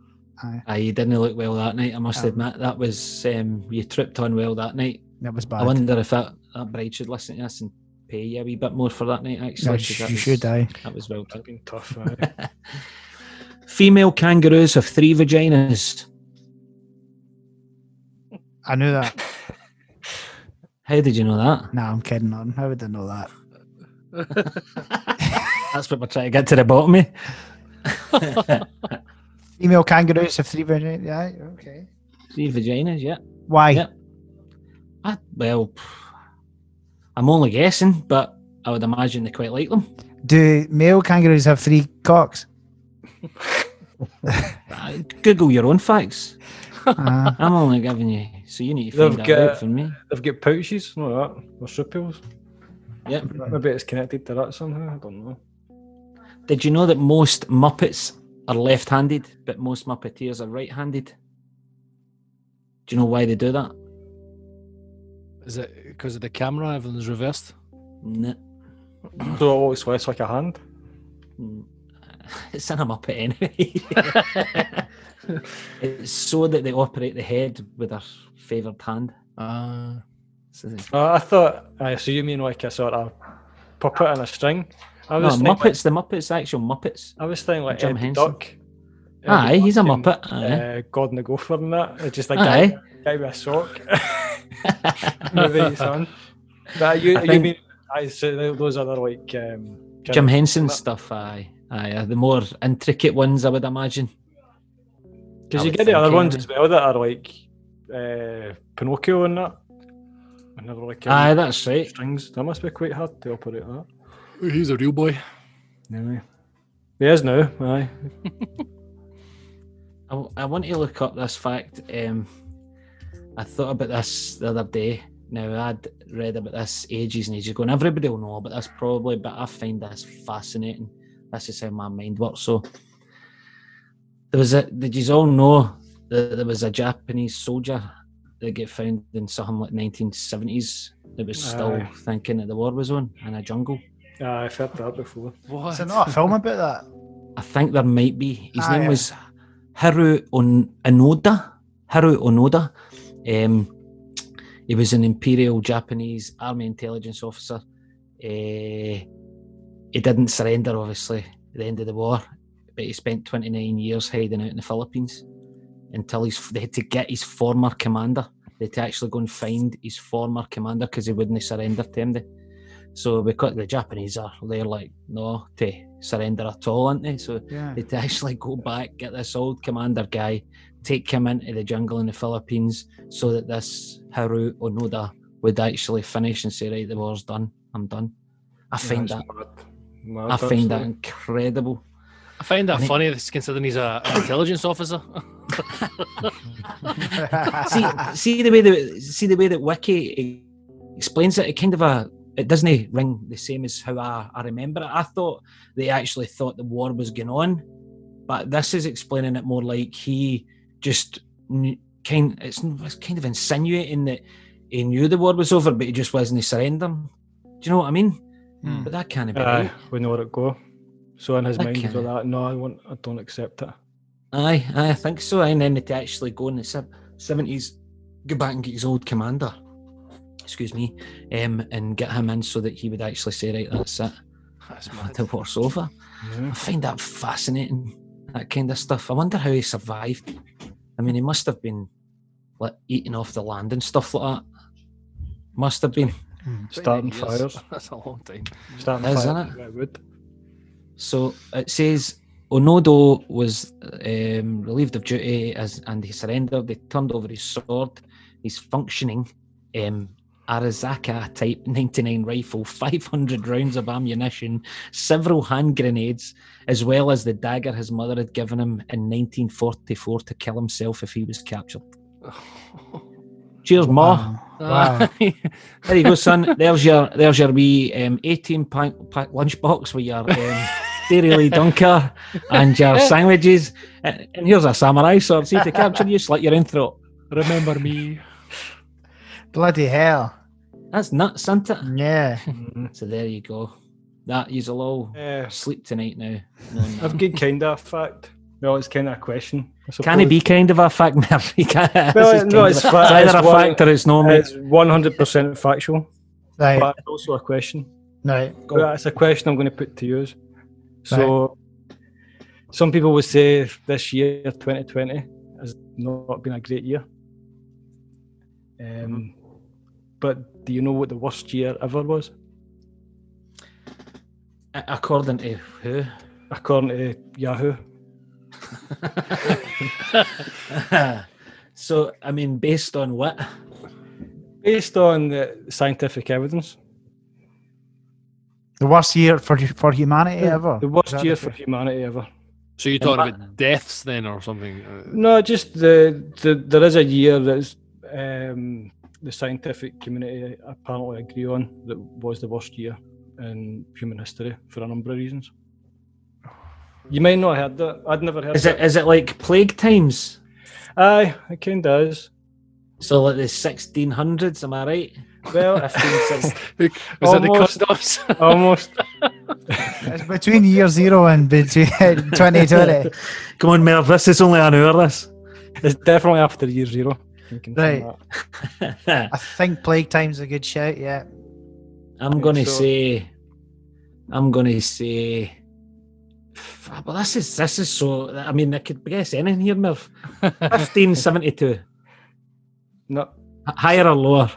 C: Aye,
B: Aye, you didn't look well that night. I must
C: Um,
B: admit that was um, you tripped on well that night.
C: that was
B: I
C: bad.
B: wonder if that, that bride should listen to this and pay you a wee bit more for that night. Actually,
C: No,
B: 'cause
C: sh-
B: that
C: you
B: was-
C: should die.
B: That was well done.
A: That'd been tough. aye.
B: Female kangaroos have three vaginas.
C: I knew that.
B: How did you know that?
C: Nah, I'm kidding on. How would I know that?
B: That's what we're trying to get to the bottom of.
C: Female kangaroos have three vagina. Yeah, okay.
B: Three vaginas, yeah.
C: Why?
B: Yeah. I, well, I'm only guessing, but I would imagine they quite like them.
C: Do male kangaroos have three cocks?
B: Uh, Google your own facts.
C: Uh,
B: I'm only giving you, so you need to
A: They've
B: find that
A: got-
B: out for me.
A: They've got pouches, no that, or supules.
B: Yep.
A: Maybe it's connected to that somehow. I don't know.
B: Did you know that most Muppets are left handed, but most Muppeteers are right handed? Do you know why they do that?
E: Is it because of the camera? Everything's reversed.
B: No.
A: So it looks less like a hand.
B: It's in a Muppet anyway. it's so that they operate the head with their favoured hand.
E: Uh,
B: Ah, So they-
A: Uh, I thought. I so you mean like a sort of puppet and a string? I
B: No,
A: was thinking, like,
B: Muppets, the Muppets, actual Muppets.
A: I was thinking like
B: Jim
A: Ed the
B: Henson.
A: Duck. Ed the
B: Aye, he's a
A: Duck and,
B: Muppet. Aye.
A: Uh, Gordon the Gopher and that. It's just like
B: Aye.
A: guy, guy with a sock. with his son. But you,
B: I
A: you
B: think-
A: mean I so tho- those other like um,
B: Jim Henson stuff, aye. Aye, uh, the more intricate ones, I would imagine. I
A: Because you
B: would
A: get the other
B: think,
A: ones
B: aye.
A: as well that are like uh, Pinocchio and that. And they're like um,
B: Aye, that's right.
A: strings. That must be quite hard to operate that.
E: he's a real boy.
A: Anyway. He is now, aye.
B: I, I want to look up this fact. Um, I thought about this the other day. Now I'd read about this ages and ages ago, and everybody will know about this probably, but I find this fascinating. This is how my mind works. So there was a. Did you all know that there was a Japanese soldier that got found in something like 1970s that was still
A: Aye.
B: thinking that the war was on in a jungle?
A: Aye, I've heard that before.
E: What?
C: is there not a film about that?
B: I think there might be. His
C: Ah,
B: name
C: yeah.
B: was Haru On- Onoda. Haru Onoda. Um, he was an Imperial Japanese Army intelligence officer. Eh, he didn't surrender, obviously, at the end of the war, but he spent 29 years hiding out in the Philippines until he's, they had to get his former commander. They had to actually go and find his former commander because he wouldn't surrender to him. They- So because the Japanese are, they're like, no, to surrender at all, aren't they? So
C: Yeah.
B: they'd actually go back, get this old commander guy, take him into the jungle in the Philippines so that this Haru Onoda would actually finish and say, right, the war's done. I'm done. I find that I find that incredible.
E: I find that
B: I think-
E: funny. This considering he's a, an intelligence officer.
B: see, see the way that see the way that Wiki explains it. It kind of a it doesn't ring the same as how I, I remember it. I thought they actually thought the war was going on, but this is explaining it more like he just kn- kind. It's, it's kind of insinuating that he knew the war was over, but he just wasn't surrendering. Do you know what I mean?
C: Hmm.
B: But that can't be
A: Aye,
B: right.
A: we know where it go. So in his mind he's
B: Okay.
A: like that, no, I won't I don't accept it.
B: Aye, aye, I think so. And then to actually go in the seventies, go back and get his old commander, excuse me, um, and get him in so that he would actually say, right, that's it,
E: That's
B: the
E: mad.
B: war's over. I find that fascinating, that kind of stuff. I wonder how he survived. I mean, he must have been like eating off the land and stuff like that. Must have been.
C: Hmm.
A: Starting
E: 29 years.
A: fires.
E: That's a long time.
A: Starting
B: Is,
A: fire.
B: innit?
A: Yeah, it would.
B: So it says Onodo was um, relieved of duty as and he surrendered. They turned over his sword, his functioning um, Arazaka Type 99 rifle, 500 rounds of ammunition, several hand grenades, as well as the dagger his mother had given him in 1944 to kill himself if he was captured. Cheers,
A: Oh.
B: Ma.
C: Wow. Wow.
B: There you go, son. There's your there's your wee um, 18 pack, pack lunchbox with your um, Dairy Lee Dunker and your sandwiches. And, and here's a samurai sword. See if they capture you, slit your own throat.
E: Remember me.
C: Bloody hell.
B: That's nuts, isn't it?
C: Yeah.
A: Mm,
B: So there you go. That you'll all
A: Yeah,
B: sleep tonight now. knowing that.
A: I've got kind of a fact. Well, it's kind of a question. I
B: Can it
A: suppose.
B: be kind of a fact, Murphy?
A: Well,
B: This is
A: no,
B: kind
A: it's
B: of-
A: fa-
B: it's either
A: it's
B: a
A: one-
B: fact or it's not. mate.
A: It's 100% factual,
C: Right.
A: but it's also a question.
C: Right.
H: Go.
A: Well, it's a question I'm going to put to you. So, some people would say this year, 2020, has not been a great year. Um, But do you know what the worst year ever was?
B: A- According to who?
A: According to Yahoo,
B: so, I mean, based on what?
A: based on the scientific evidence,
C: The worst year for for humanity ever.
A: the worst
C: Is that
A: year
C: the
A: for
C: case?
A: humanity ever.
E: So you're talking about deaths then or something? Uh,
A: No, just the, the there is a year that's um, the scientific community apparently agree on that was the worst year in human history for a number of reasons. You might not have heard that. I'd never heard
B: Is it is it like plague times?
A: Aye, it kind of is.
B: So like the sixteen hundreds, am I right?
A: Well,
E: was it the
A: Almost.
E: condoms?
A: almost.
C: It's between year zero and between 2020.
B: Come on, Merv, this is only an hour this.
A: It's definitely after year zero. You can
C: Right.
A: say that.
C: I think plague time's a good shout. Yeah.
B: I'm gonna
A: so-
B: say I'm gonna say F- but this is this is so I mean I could guess anything here, Merv. Fifteen seventy two.
A: No,
B: Higher or lower?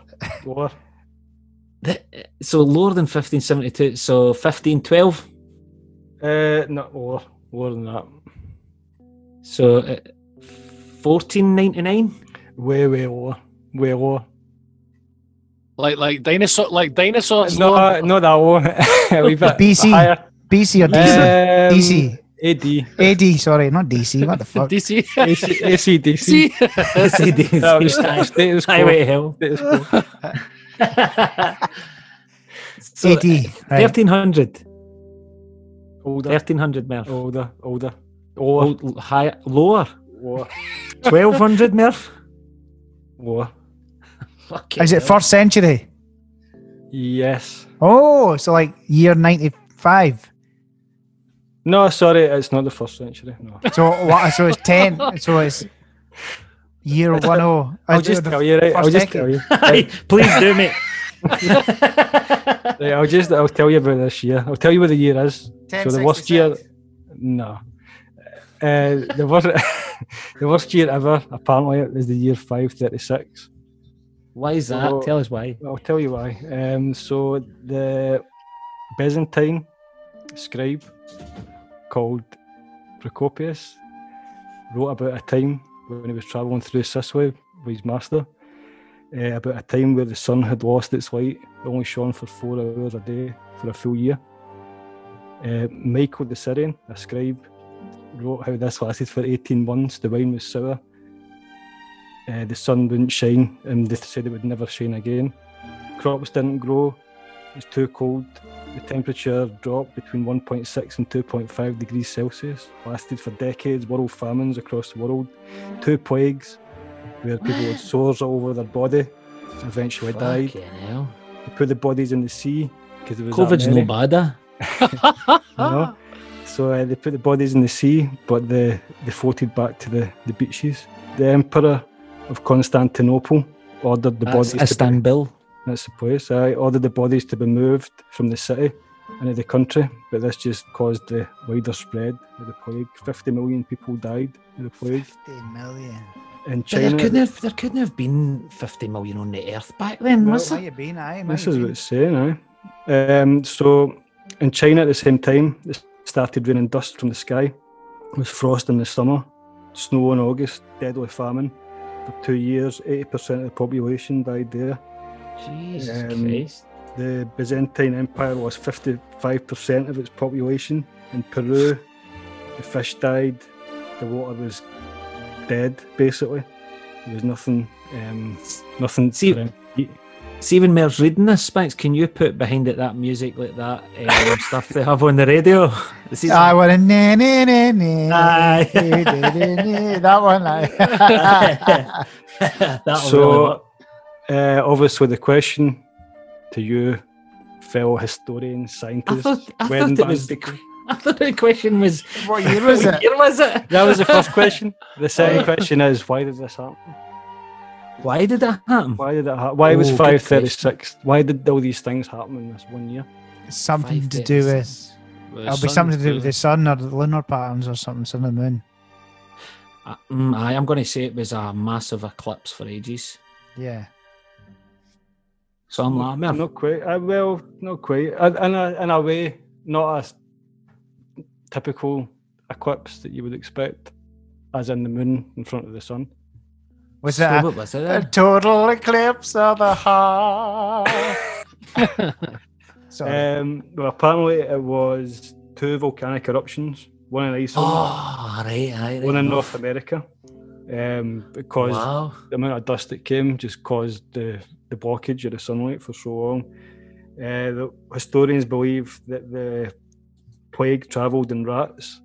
A: lower.
B: Th- So lower than fifteen seventy two, so fifteen twelve.
A: Uh, not lower. Lower than that.
B: So uh, fourteen ninety nine?
A: Way, way lower. Way lower.
E: like like dinosaur like dinosaurs?
A: No, uh, not that low. a wee bit
C: BC.
A: higher.
C: BC or DC?
A: Um,
C: DC.
A: AD.
C: AD. Sorry, not DC. What the fuck?
E: DC.
A: AC, ACDC.
E: See?
A: That was status quo.
B: Highway to hell.
A: Status quo.
B: So,
C: AD. Right.
B: 1300
A: Older,
B: 1300 Murph
A: older, older.
B: oh,
A: Lower,
B: l- high, lower
A: lower,
B: 1200 Murph
A: lower.
B: Fucking
C: Is it
B: hell.
C: first century?
A: Yes.
C: Oh, so like year 95.
A: No, sorry, it's not the first century. No.
C: So what? So it's 10. So it's year oh. 10.
A: I'll just tell you, right? I'll
C: first
A: just
C: decade.
A: tell you.
B: Aye, please do mate
A: Right, I'll just, I'll tell you about this year. I'll tell you what the year is. So the worst year, no. Uh, the worst, the worst year ever. Apparently, is the year five thirty six.
B: why is that
A: Oh.
B: tell us why
A: I'll tell you why. Um, so the Byzantine scribe called Procopius wrote about a time when he was traveling through Sicily with his master, uh, about a time where the sun had lost its light, only shone for four hours a day for a full year. Uh, Michael the Syrian, a scribe, wrote how this lasted for 18 months. The wine was sour, uh, the sun wouldn't shine, and they said it would never shine again. Crops didn't grow, it was too cold. The temperature dropped between 1.6 and 2.5 degrees Celsius, lasted for decades, world famines across the world, two plagues where people had sores all over their body, eventually died.
B: Fucking hell.
A: They put the bodies in the sea because it was that
B: COVID's no
A: many,
B: bad eh?
A: you know? So uh, they put the bodies in the sea, but the, they floated back to the, the beaches. The Emperor of Constantinople ordered the
B: That's
A: bodies to be
B: Istanbul
A: That's the place. I ordered the bodies to be moved from the city into the country, but this just caused the wider spread of the plague. 50 million people died of the plague.
C: 50 million.
A: in
B: But there
A: China.
B: couldn't have there couldn't have been fifty million on the Earth back then, was
C: might
B: there?
C: have been, aye, might
A: This
C: have
A: is
C: been.
A: what it's saying, eh? Um, so, in China at the same time, it started raining dust from the sky. It was frost in the summer, snow in August, deadly famine. For two years, 80% of the population died there.
B: Jesus
A: Um,
B: Christ!
A: The Byzantine Empire lost 55% of its population. In Peru, the fish died, the water was dead, basically. There was nothing, um, nothing.
B: See-
A: for them to eat.
B: Stephen Mayer's reading this, Spikes. Can you put behind it that music like that um, stuff they have on the radio? The season-
C: I want to na na na na.
B: Aye.
C: That one, aye.
B: That'll really work.
A: so, uh, obviously, the question to you, fellow historian,
B: I
A: scientist,
B: thought I
A: when
B: thought it was
A: Van-
B: the que- I thought the question was
C: What year was
B: what
C: it?
B: year was it?
A: that was the first question. The second question is why did this happen?
B: Why did that happen?
A: Why did it happen? Why was
B: Oh, good
A: five thirty six? Why did all these things happen in this one year?
C: Something
B: Five
C: to do with.
B: days.
C: It'll be something to do with the sun or the lunar patterns or something, sun and moon.
B: Uh, mm, aye, I'm going to say it was a massive eclipse for ages.
C: Yeah.
B: So I'm like, Merv,
A: Not quite. Uh, well, not quite. Uh, In a, in a way, not a s- typical eclipse that you would expect, as in the moon in front of the sun.
C: Was
B: so
C: it a,
B: what was it?
C: a
B: then?
C: total eclipse of the heart? Sorry.
A: Um, well, apparently it was two volcanic eruptions, one in Iceland,
B: Oh, right, right,
A: one
B: right.
A: in North America. Um, because
B: Wow.
A: the amount of dust that came just caused the, the blockage of the sunlight for so long. Uh, the historians believe that the plague travelled in rats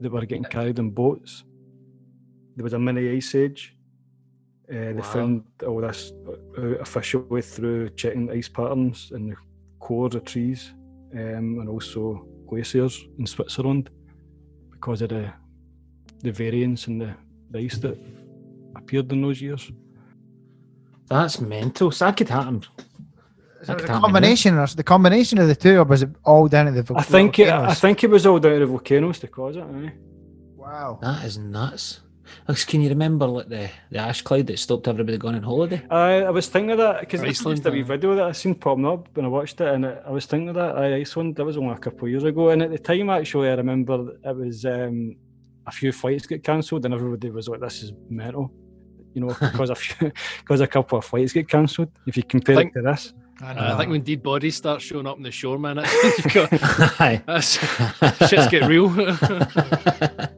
A: that were getting carried in boats. There was a mini ice age. Uh, they
B: Wow.
A: found all this uh, officially through checking ice patterns in the cores of trees um, and also glaciers in Switzerland because of the the variance in the, the ice that appeared in those years.
B: That's mental. So that could happen.
C: So
B: that
C: the
B: could happen,
C: combination, or the combination of the two, or was it all down at the vol-
A: I think it, I
C: volcanoes?
A: think it was all down to the volcanoes to cause it. Aye?
C: wow.
B: That is nuts. Like, Can you remember like the, the ash cloud that stopped everybody going on holiday?
A: I, I was thinking of that because I
E: Iceland,
A: used a wee
E: aye.
A: video that I seen popping up when I watched it, and I, I was thinking of that. Aye, Iceland. That was only a couple of years ago, and at the time, actually, I remember that it was um, a few flights get cancelled, and everybody was like, "This is mental," you know, because a few, because a couple of flights get cancelled. If you compare
E: Think-
A: it to this,
E: Uh, I think when dead bodies start showing up on the shore, man, that's, you've got,
B: Aye.
E: that's shit's get real.
B: I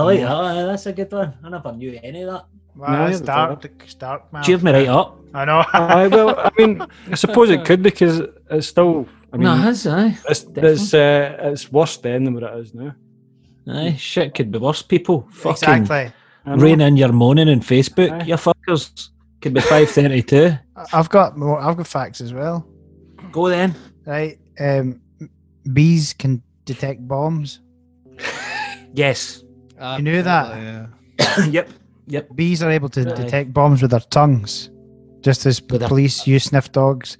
B: like that. aye, That's a good one. I never knew any of that.
C: Wow,
A: No,
C: that's
A: it's
C: dark, it's dark, man.
B: Cheered me right up.
C: I know.
A: I well, I mean, I suppose it could because it's still. I mean,
B: no, it is, aye.
A: it's it's, uh, it's worse then than what it is now.
B: Aye, shit could be worse, people. Fucking
C: exactly.
A: I know.
B: rain in your morning on Facebook,
A: Aye.
B: you fuckers. Could be 5.32.
C: I- I've got more. I've got facts as well.
B: Go then.
C: Right. Um, bees can detect bombs.
B: Yes.
E: Ah,
C: You knew that?
E: Yeah.
B: yep.
C: Bees are able to
B: Aye.
C: detect bombs with their tongues, just as
B: With their-
C: police use sniff dogs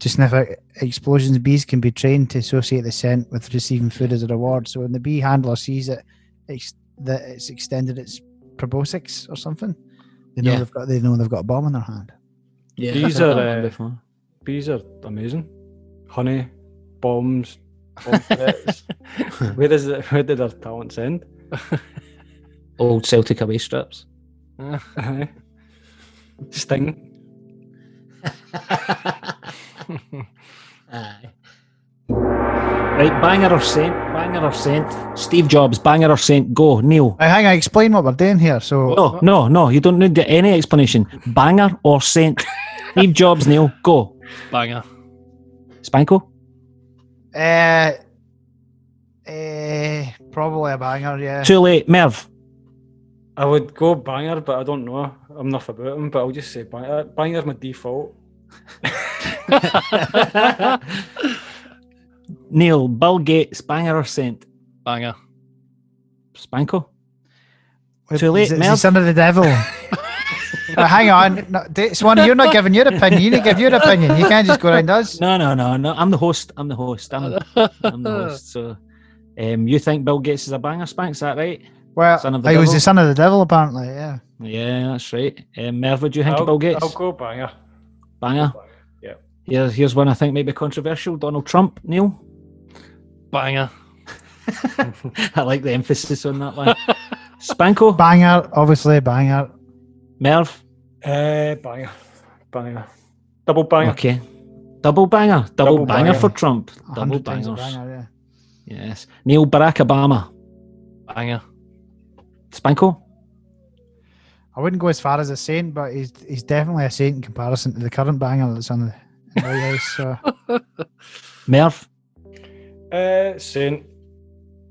C: to sniff out explosions. Bees can be trained to associate the scent with receiving food as a reward. So when the bee handler sees it, ex- that it's extended its proboscis or something, they know
B: Yeah.
C: they've got they know they've got a bomb in their hand.
B: Yeah,
A: These
B: I've heard
A: are,
B: that one
A: uh,
B: before.
A: bees are amazing. Honey, bombs, bomb threats. where is it? Where did their talents end?
B: Old Celtic away strips.
A: Aye. Sting.
B: Aye. Right, banger or saint, banger or saint. Steve Jobs, banger or saint. Go, Neil.
C: Right, hang on, explain what we're doing here. So
B: No, no, no. You don't need any explanation. Banger or saint. Steve Jobs, Neil. Go.
E: Banger.
B: Spanko.
C: Uh, uh, probably a banger, yeah.
B: Too late, Merv.
A: I would go banger, but I don't know enough about them. But I'll just say banger. Banger's my default.
B: Neil, Bill Gates, banger or saint.
E: Banger.
B: Spanko.
C: Wait,
B: too late,
C: is it- is he
B: Merv.
C: son of the devil. Uh, hang on, no, D- Swanee, you're not giving your opinion. You need to give your opinion. You can't just go around us.
B: No, no, no, no. I'm the host. I'm the host. I'm, I'm the host. So, um, you think Bill Gates is a banger, Spanks? Is that right?
C: Well,
B: Son of the
C: he was
B: devil.
C: the son of the devil, apparently. Yeah,
B: Yeah, that's right. Um, Merv, what do you think
A: I'll,
B: of Bill Gates?
A: I'll go banger.
B: Banger.
A: Yeah.
B: Here, here's one I think may be controversial. Donald Trump, Neil.
E: Banger.
B: I like the emphasis on that one. Spanko,
C: Banger, obviously, banger.
B: Merv.
A: Uh, banger. Banger. Double banger.
B: Okay. Double banger. Double,
A: Double
B: banger,
A: banger.
B: for Trump.
C: A
B: Double
C: hundred times a
B: bangers.
C: banger, yeah.
B: Yes. Neil Barack Obama.
E: Banger.
B: Spanko.
C: I wouldn't go as far as a saint, but he's he's definitely a saint in comparison to the current banger that's on the in the White House. So
B: Merv.
A: Uh, Saint.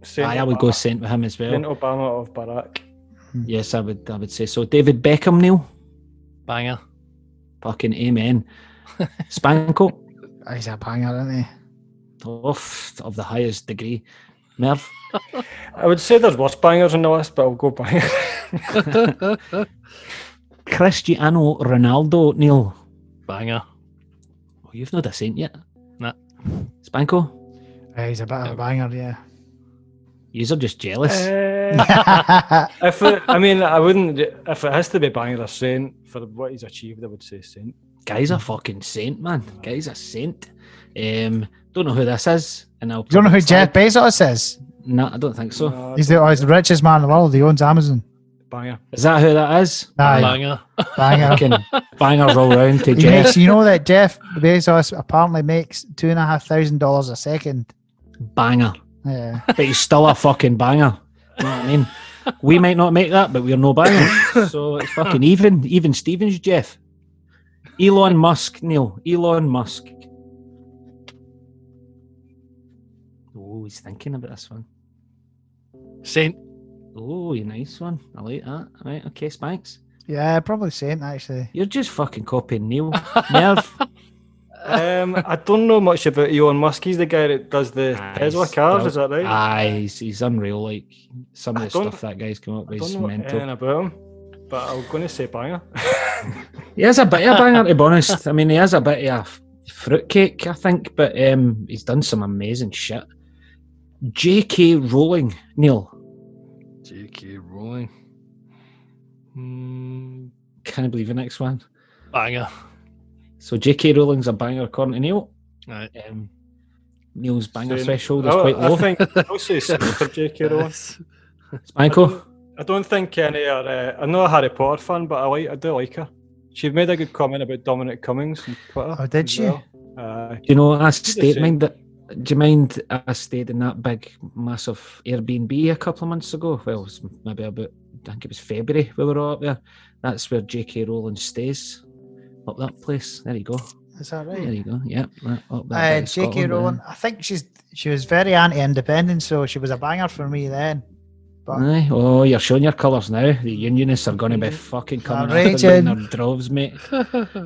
A: Saint
B: Aye, I would
A: Obama.
B: go sent with him as well.
A: Saint Obama of Barack.
B: Yes, I would I would say so. David Beckham, Neil.
E: Banger.
B: Fucking amen. Spanko.
C: he's a banger, isn't he?
B: Oof, of the highest degree. Merv.
A: I would say there's worse bangers on the list, but I'll go banger.
B: Cristiano Ronaldo, Neil.
E: Banger.
B: Oh, you've not a saint yet.
E: Nah.
B: Spanko.
C: Yeah, he's a bit of a banger, yeah.
B: Yous are just jealous.
A: Uh, if it, I mean, I wouldn't. If it has to be banger or Saint for what he's achieved, I would say Saint.
B: Guy's a fucking saint, man. Guy's a saint. Um, don't know who this is, and I'll.
C: you don't know who Jeff Bezos is?
B: No, I don't think so.
A: No,
C: He's the, oh, he's the richest man in the world. He owns Amazon.
A: banger.
B: Is that who that is?
C: Aye,
E: Banger.
C: banger.
B: Fucking bangers all round to
C: He
B: Jeff.
C: makes, you know that Jeff Bezos apparently makes two and a half thousand dollars a second.
B: Banger,
C: Yeah.
B: but he's still a fucking banger. You know what I mean? We might not make that, but we're no bangers. so it's fucking even. Even Stevens, Jeff. Elon Musk, Neil. Elon Musk. Oh, he's thinking about this one.
E: Saint.
B: Oh, you nice one. I like that. Right, okay, Spanks.
C: Yeah, probably Saint actually.
B: You're just fucking copying Neil. Nerve.
A: Um, I don't know much about Elon Musk. He's the guy that does the
B: Aye,
A: Tesla
B: Ah, he's
A: cars.
B: built- Ah,
A: Is that right?
B: Aye, he's, he's unreal. Like some of
A: I
B: the
A: don't-
B: stuff that guy's come up
A: I
B: with
A: don't
B: is
A: know uh, anything
B: mental.
A: about him, but I'm going to say banger.
B: He is a bit of a banger, to be honest. I mean, he is a bit of a f- fruitcake, I think, but um, he's done some amazing shit. J.K. Rowling, Neil.
E: J.K. Rowling. Mm,
B: Can I believe the next one?
E: banger.
B: So J.K. Rowling's a banger according to Neil.
E: Right.
B: Um, Neil's banger
A: Saint.
B: threshold is
A: I,
B: Oh, quite
A: Oh, I
B: low.
A: think I'll say Saint for J.K. Rowling.
B: Spanko,
A: I don't think any are. Uh, I'm not a Harry Potter fan, but I like. I do like her. She made a good comment about Dominic Cummings on Twitter.
C: Oh, did
A: as
C: she?
A: well. Uh, Aye.
B: you know, I
A: the
B: stayed,
A: same.
B: mind that, do you mind I stayed in that big, massive Airbnb a couple of months ago? Well, it was maybe about, I think it was February we were all up there. That's where J.K. Rowling stays, up that place. There you go.
C: Is that
B: There
C: right?
B: you go. Yep. that- up that bit
C: Uh,
B: of
C: J.K.
B: Scotland,
C: Rowling. I think she's she was very anti-independent, so she was a banger for me then. But
B: Aye. Oh, you're showing your colours now. The unionists are going
C: Mm-hmm.
B: to be fucking coming after you in
C: raging.
B: their droves, mate.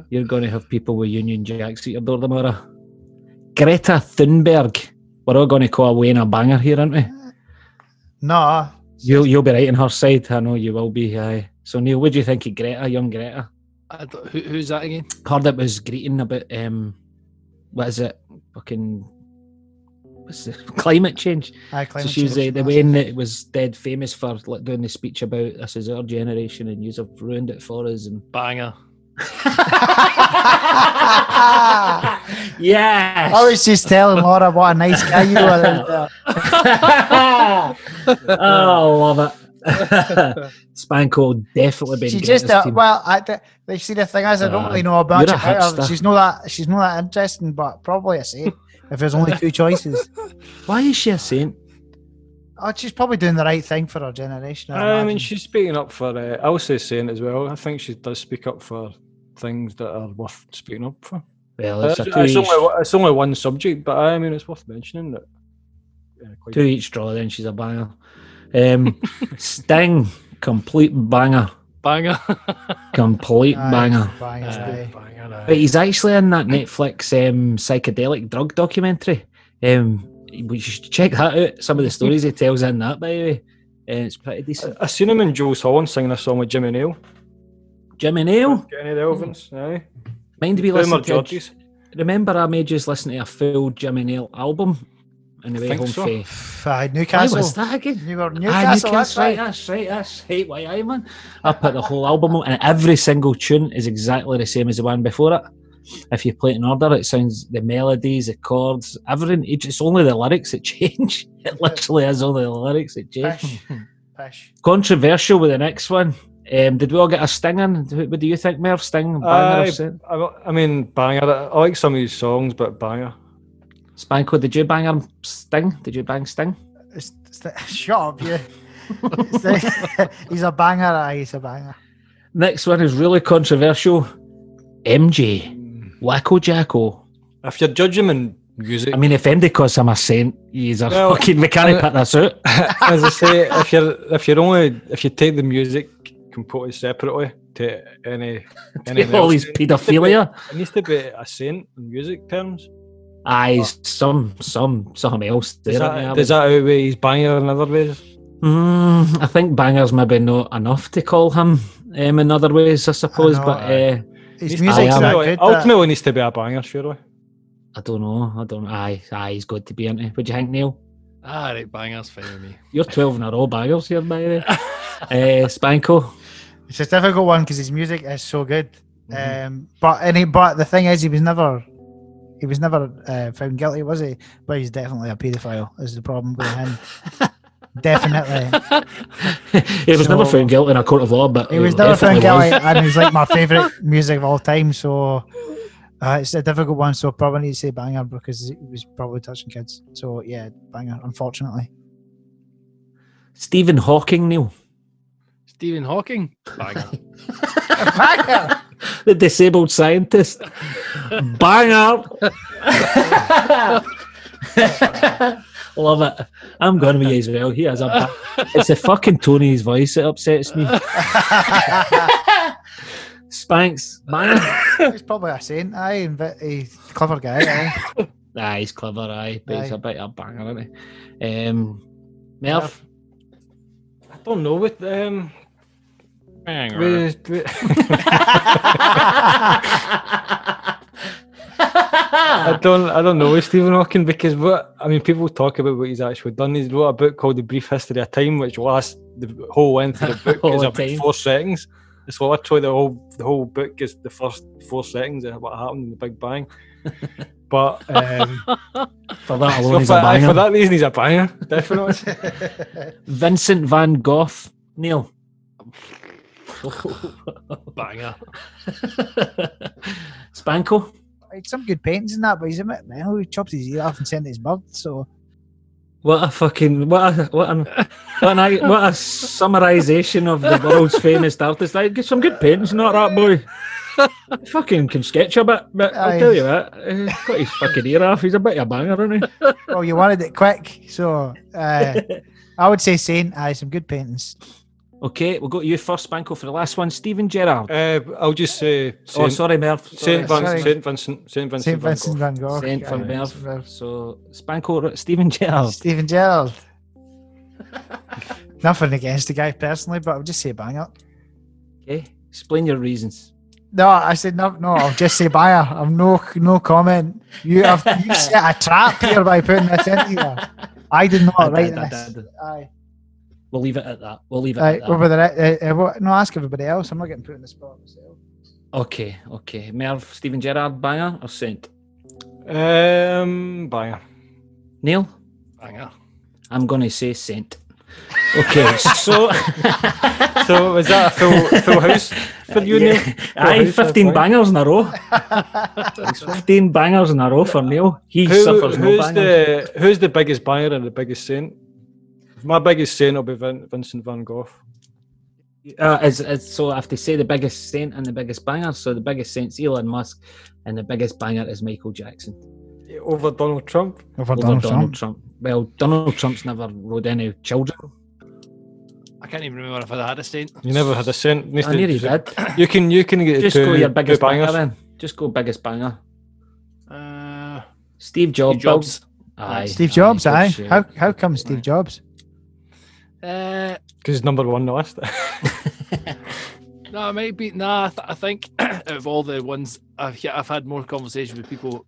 B: You're going to have people with Union Jacks at your door tomorrow. Greta Thunberg. We're all going to call Wayne a banger here, aren't we?
C: no,
B: You'll, you'll be right on her side. I know you will be. Aye. So, Neil, what do you think of Greta, young Greta?
E: I don't- who, who's that again?
B: Heard it was greeting about, um, what is it? Fucking. What's the climate change?
C: I
B: So
C: climate
B: she was uh,
C: change
B: the
C: massive.
B: one that was dead famous for like doing the speech about this is our generation and you have ruined it for us and
E: Banger.
B: yes
C: I was just telling Laura what a nice guy you are. out there.
B: oh love it Spanko definitely been
C: She
B: Greta's
C: just uh,
B: team.
C: well, I, the, the- see the thing is, I don't
B: Uh,
C: really know about
B: you're a
C: about her.
B: hipster.
C: She's not that she's not that interesting, but probably a saint if there's only two choices.
B: why is she a saint
C: Oh, she's probably doing the right thing for her generation. I,
A: I mean,
C: imagine.
A: Um, she's speaking up for. Uh, I'll say Saint as well. I think she does speak up for things that are worth speaking up for.
B: well
A: Uh,
B: it's
A: It's,
B: a
A: it's
B: two each,
A: only, it's only one subject, but uh, I mean, it's worth mentioning that. uh, quite-
B: two each draw then she's a banger um, Sting complete banger
E: Banger.
B: complete
C: Aye,
B: banger
C: bangers,
E: Aye.
C: aye.
A: Banger,
B: But
A: aye.
B: he's actually in that Netflix um, psychedelic drug documentary. Um, we should check that out. Some of the stories he tells in that, by the way, uh, it's pretty decent.
A: I seen him in Joe's Holland singing a song with Jimmy Neal.
B: Jimmy Neil,
A: Get any of the Elvins?
B: Mm.
A: Aye.
B: mind we
A: Boomer
B: listen to?
A: Georges.
B: Remember, I made just listen to a full Jimmy Neil album. on the
A: I
B: way
A: think
B: home
A: so.
B: fae.
C: Aye,
B: Why
C: Newcastle.
B: was that again?
C: You were
B: Aye,
C: Newcastle, that's right.
B: That's Ah, right. That's right. Why, aye, man. I put the whole album on, and every single tune is exactly the same as the one before it. If you play it in order, it sounds the melodies, the chords, everything. It's it's only the lyrics that change. It literally is only the lyrics that change.
C: Pish. Pish.
B: Controversial with the next one. Um, did we all get a sting in? Do- What do you think, Merv? Sting, banger,
A: Aye.
B: or sting?
A: I, I mean, banger. I like some of these songs, but banger.
B: Spanko? Did you bang him? Sting? Did you bang Sting?
C: It's, it's the, shut up, you. It's the- he's a banger. Aye, he's a banger.
B: Next one is really controversial. MJ,
C: Hmm.
B: Wacko Jacko,
A: If you're judging in music,
B: I mean, if Andy calls him a saint, he's a
A: Well,
B: fucking mechanic.
A: uh,
B: Put this out.
A: as I say, if you're if you're only if you take the music completely separately to any anything
B: All
A: else,
B: his
A: it needs to be-
B: paedophilia.
A: it needs to be a saint in music terms.
B: Aye,
C: Oh.
B: some, some, something else.
A: Does
B: There,
A: that, does that outweigh his banger in other ways?
B: mm, I think bangers maybe not enough to call him um, in other ways, I suppose.
C: know,
B: but
C: aye.
B: uh,
C: His
A: Needs-
C: music's
B: am-
C: that
A: ultimately,
C: good. that-
A: ultimately needs to be a banger, surely.
B: I don't know. I don't. Aye, aye, he's good to be into. Would you think, Neil?
E: All right, bangers, fine with me.
B: You're twelve in a row bangers here, by the way. uh, Spanko.
C: It's a difficult one because his music is so good.
B: Mm-hmm.
E: Mhm.
C: Um, but and he, but the thing is, he was never, he was never uh, found guilty, was he? But he's definitely a paedophile. Is the problem with him? definitely.
B: he was never
C: So-
B: found guilty in a court of law, but
C: He was never found
B: definitely was.
C: guilty, and he's like my favorite music of all time. So uh, it's a difficult one. So probably need to say banger because it was probably touching kids. So yeah, banger. Unfortunately,
B: Stephen Hawking, Neil.
E: Stephen Hawking, banger.
B: the disabled scientist. Banger. Love it. I'm going with you as well. He has a. ba- it's the fucking Tony's voice that upsets me. Spanks. Banger.
C: he's probably a saint. I invite a clever guy. aye.
B: Nah, he's clever, aye, but he's
C: Aye.
B: a bit of a banger, isn't he? Um, Merv.
A: I don't know with um.
E: banger.
A: With, with- I don't, I don't know with Stephen Hawking because what I mean, people talk about what he's actually done. He's wrote a book called The Brief History of Time, which lasts the whole length of the book
B: Whole
A: is
B: of
A: about
B: about time.
A: four seconds. It's literally the whole, the whole book is the first four seconds of what happened in the Big Bang. But um,
B: for that
A: so
B: alone, he's
A: for,
B: a
A: aye, for
B: banger.
A: that reason, he's a banger, definitely.
B: Vincent Van Gogh. Neil.
E: banger.
B: Spanko.
C: He had some good paintings and that, but he's a bit mental. He chopped his ear off and sent it his bird. So
B: What a fucking what a what an what an, i- what a summarization of the world's famous artist. I get some good paintings, not that boy. fucking can sketch a bit, but I'll
C: Aye.
B: tell you that. He's got his fucking ear off. He's a bit of a banger, isn't he?
C: well, you wanted it quick. So uh, I would say saint. Aye, some good paintings.
B: Okay, we'll go to you first, Spanko, for the last one. Stephen Gerrard.
A: Uh, I'll just say
B: Oh,
A: Saint,
B: sorry, Merv. Sorry.
A: Saint, Van,
C: sorry.
A: Saint Vincent, Saint Vincent,
C: Saint
A: Van Gogh.
C: Vincent Van Gogh.
B: Saint Van
C: aye,
B: Merv.
C: Vincent van Gogh.
B: So Spanko, Stephen Gerrard.
C: Stephen Gerrard. Nothing against the guy personally, but I would just say banger.
B: Okay, explain your reasons.
C: No, I said no. No, I'll just say buyer. I've no no comment. You have you set a trap here by putting this in here. I did not write Oh, this. Aye,
B: We'll leave it at that. We'll leave it
C: aye.
B: at that.
C: Over the re- uh, uh, what- no, ask everybody else. I'm not getting put in the spot myself.
B: Okay, okay. Merv, Stephen Gerrard, banger or Saint?
A: Um, banger.
B: Neil?
E: Banger.
B: I'm going to say Saint. Okay, so
A: So was that a full, full house for you, Neil?
B: yeah, aye,
A: who's that
B: 15
A: boy?
B: bangers in a row. It's 15 bangers in a row for Neil. He
A: Who,
B: suffers no
A: who's
B: bangers.
A: the who's the biggest banger and the biggest saint? My biggest saint will be Vin, Vincent Van Gogh.
B: Uh, it's, it's, so I have to say the biggest saint and the biggest banger. So the biggest saint's Elon Musk, and the biggest banger is Michael Jackson
A: Over Donald Trump.
C: Over
B: over
C: Donald,
B: Donald
C: Trump.
B: Trump. Well, Donald Trump's never rode any children.
E: I can't even remember if I had a saint.
A: You never had a saint. You need
B: I
A: to-
B: nearly did.
A: You can you can get
B: Just
A: two,
B: go your biggest
A: two
B: banger
A: bangers.
B: then. Just go biggest banger.
E: Uh,
B: Steve Jobs.
E: Steve Jobs.
B: Aye,
C: Steve Jobs.
B: good
C: Aye.
B: shout.
C: How how come Steve
B: Aye.
C: Jobs?
E: uh,
A: Because he's number one on the list.
E: no, I might be. Nah, I, th- I think out of all the ones I've, yeah, I've had more conversations with people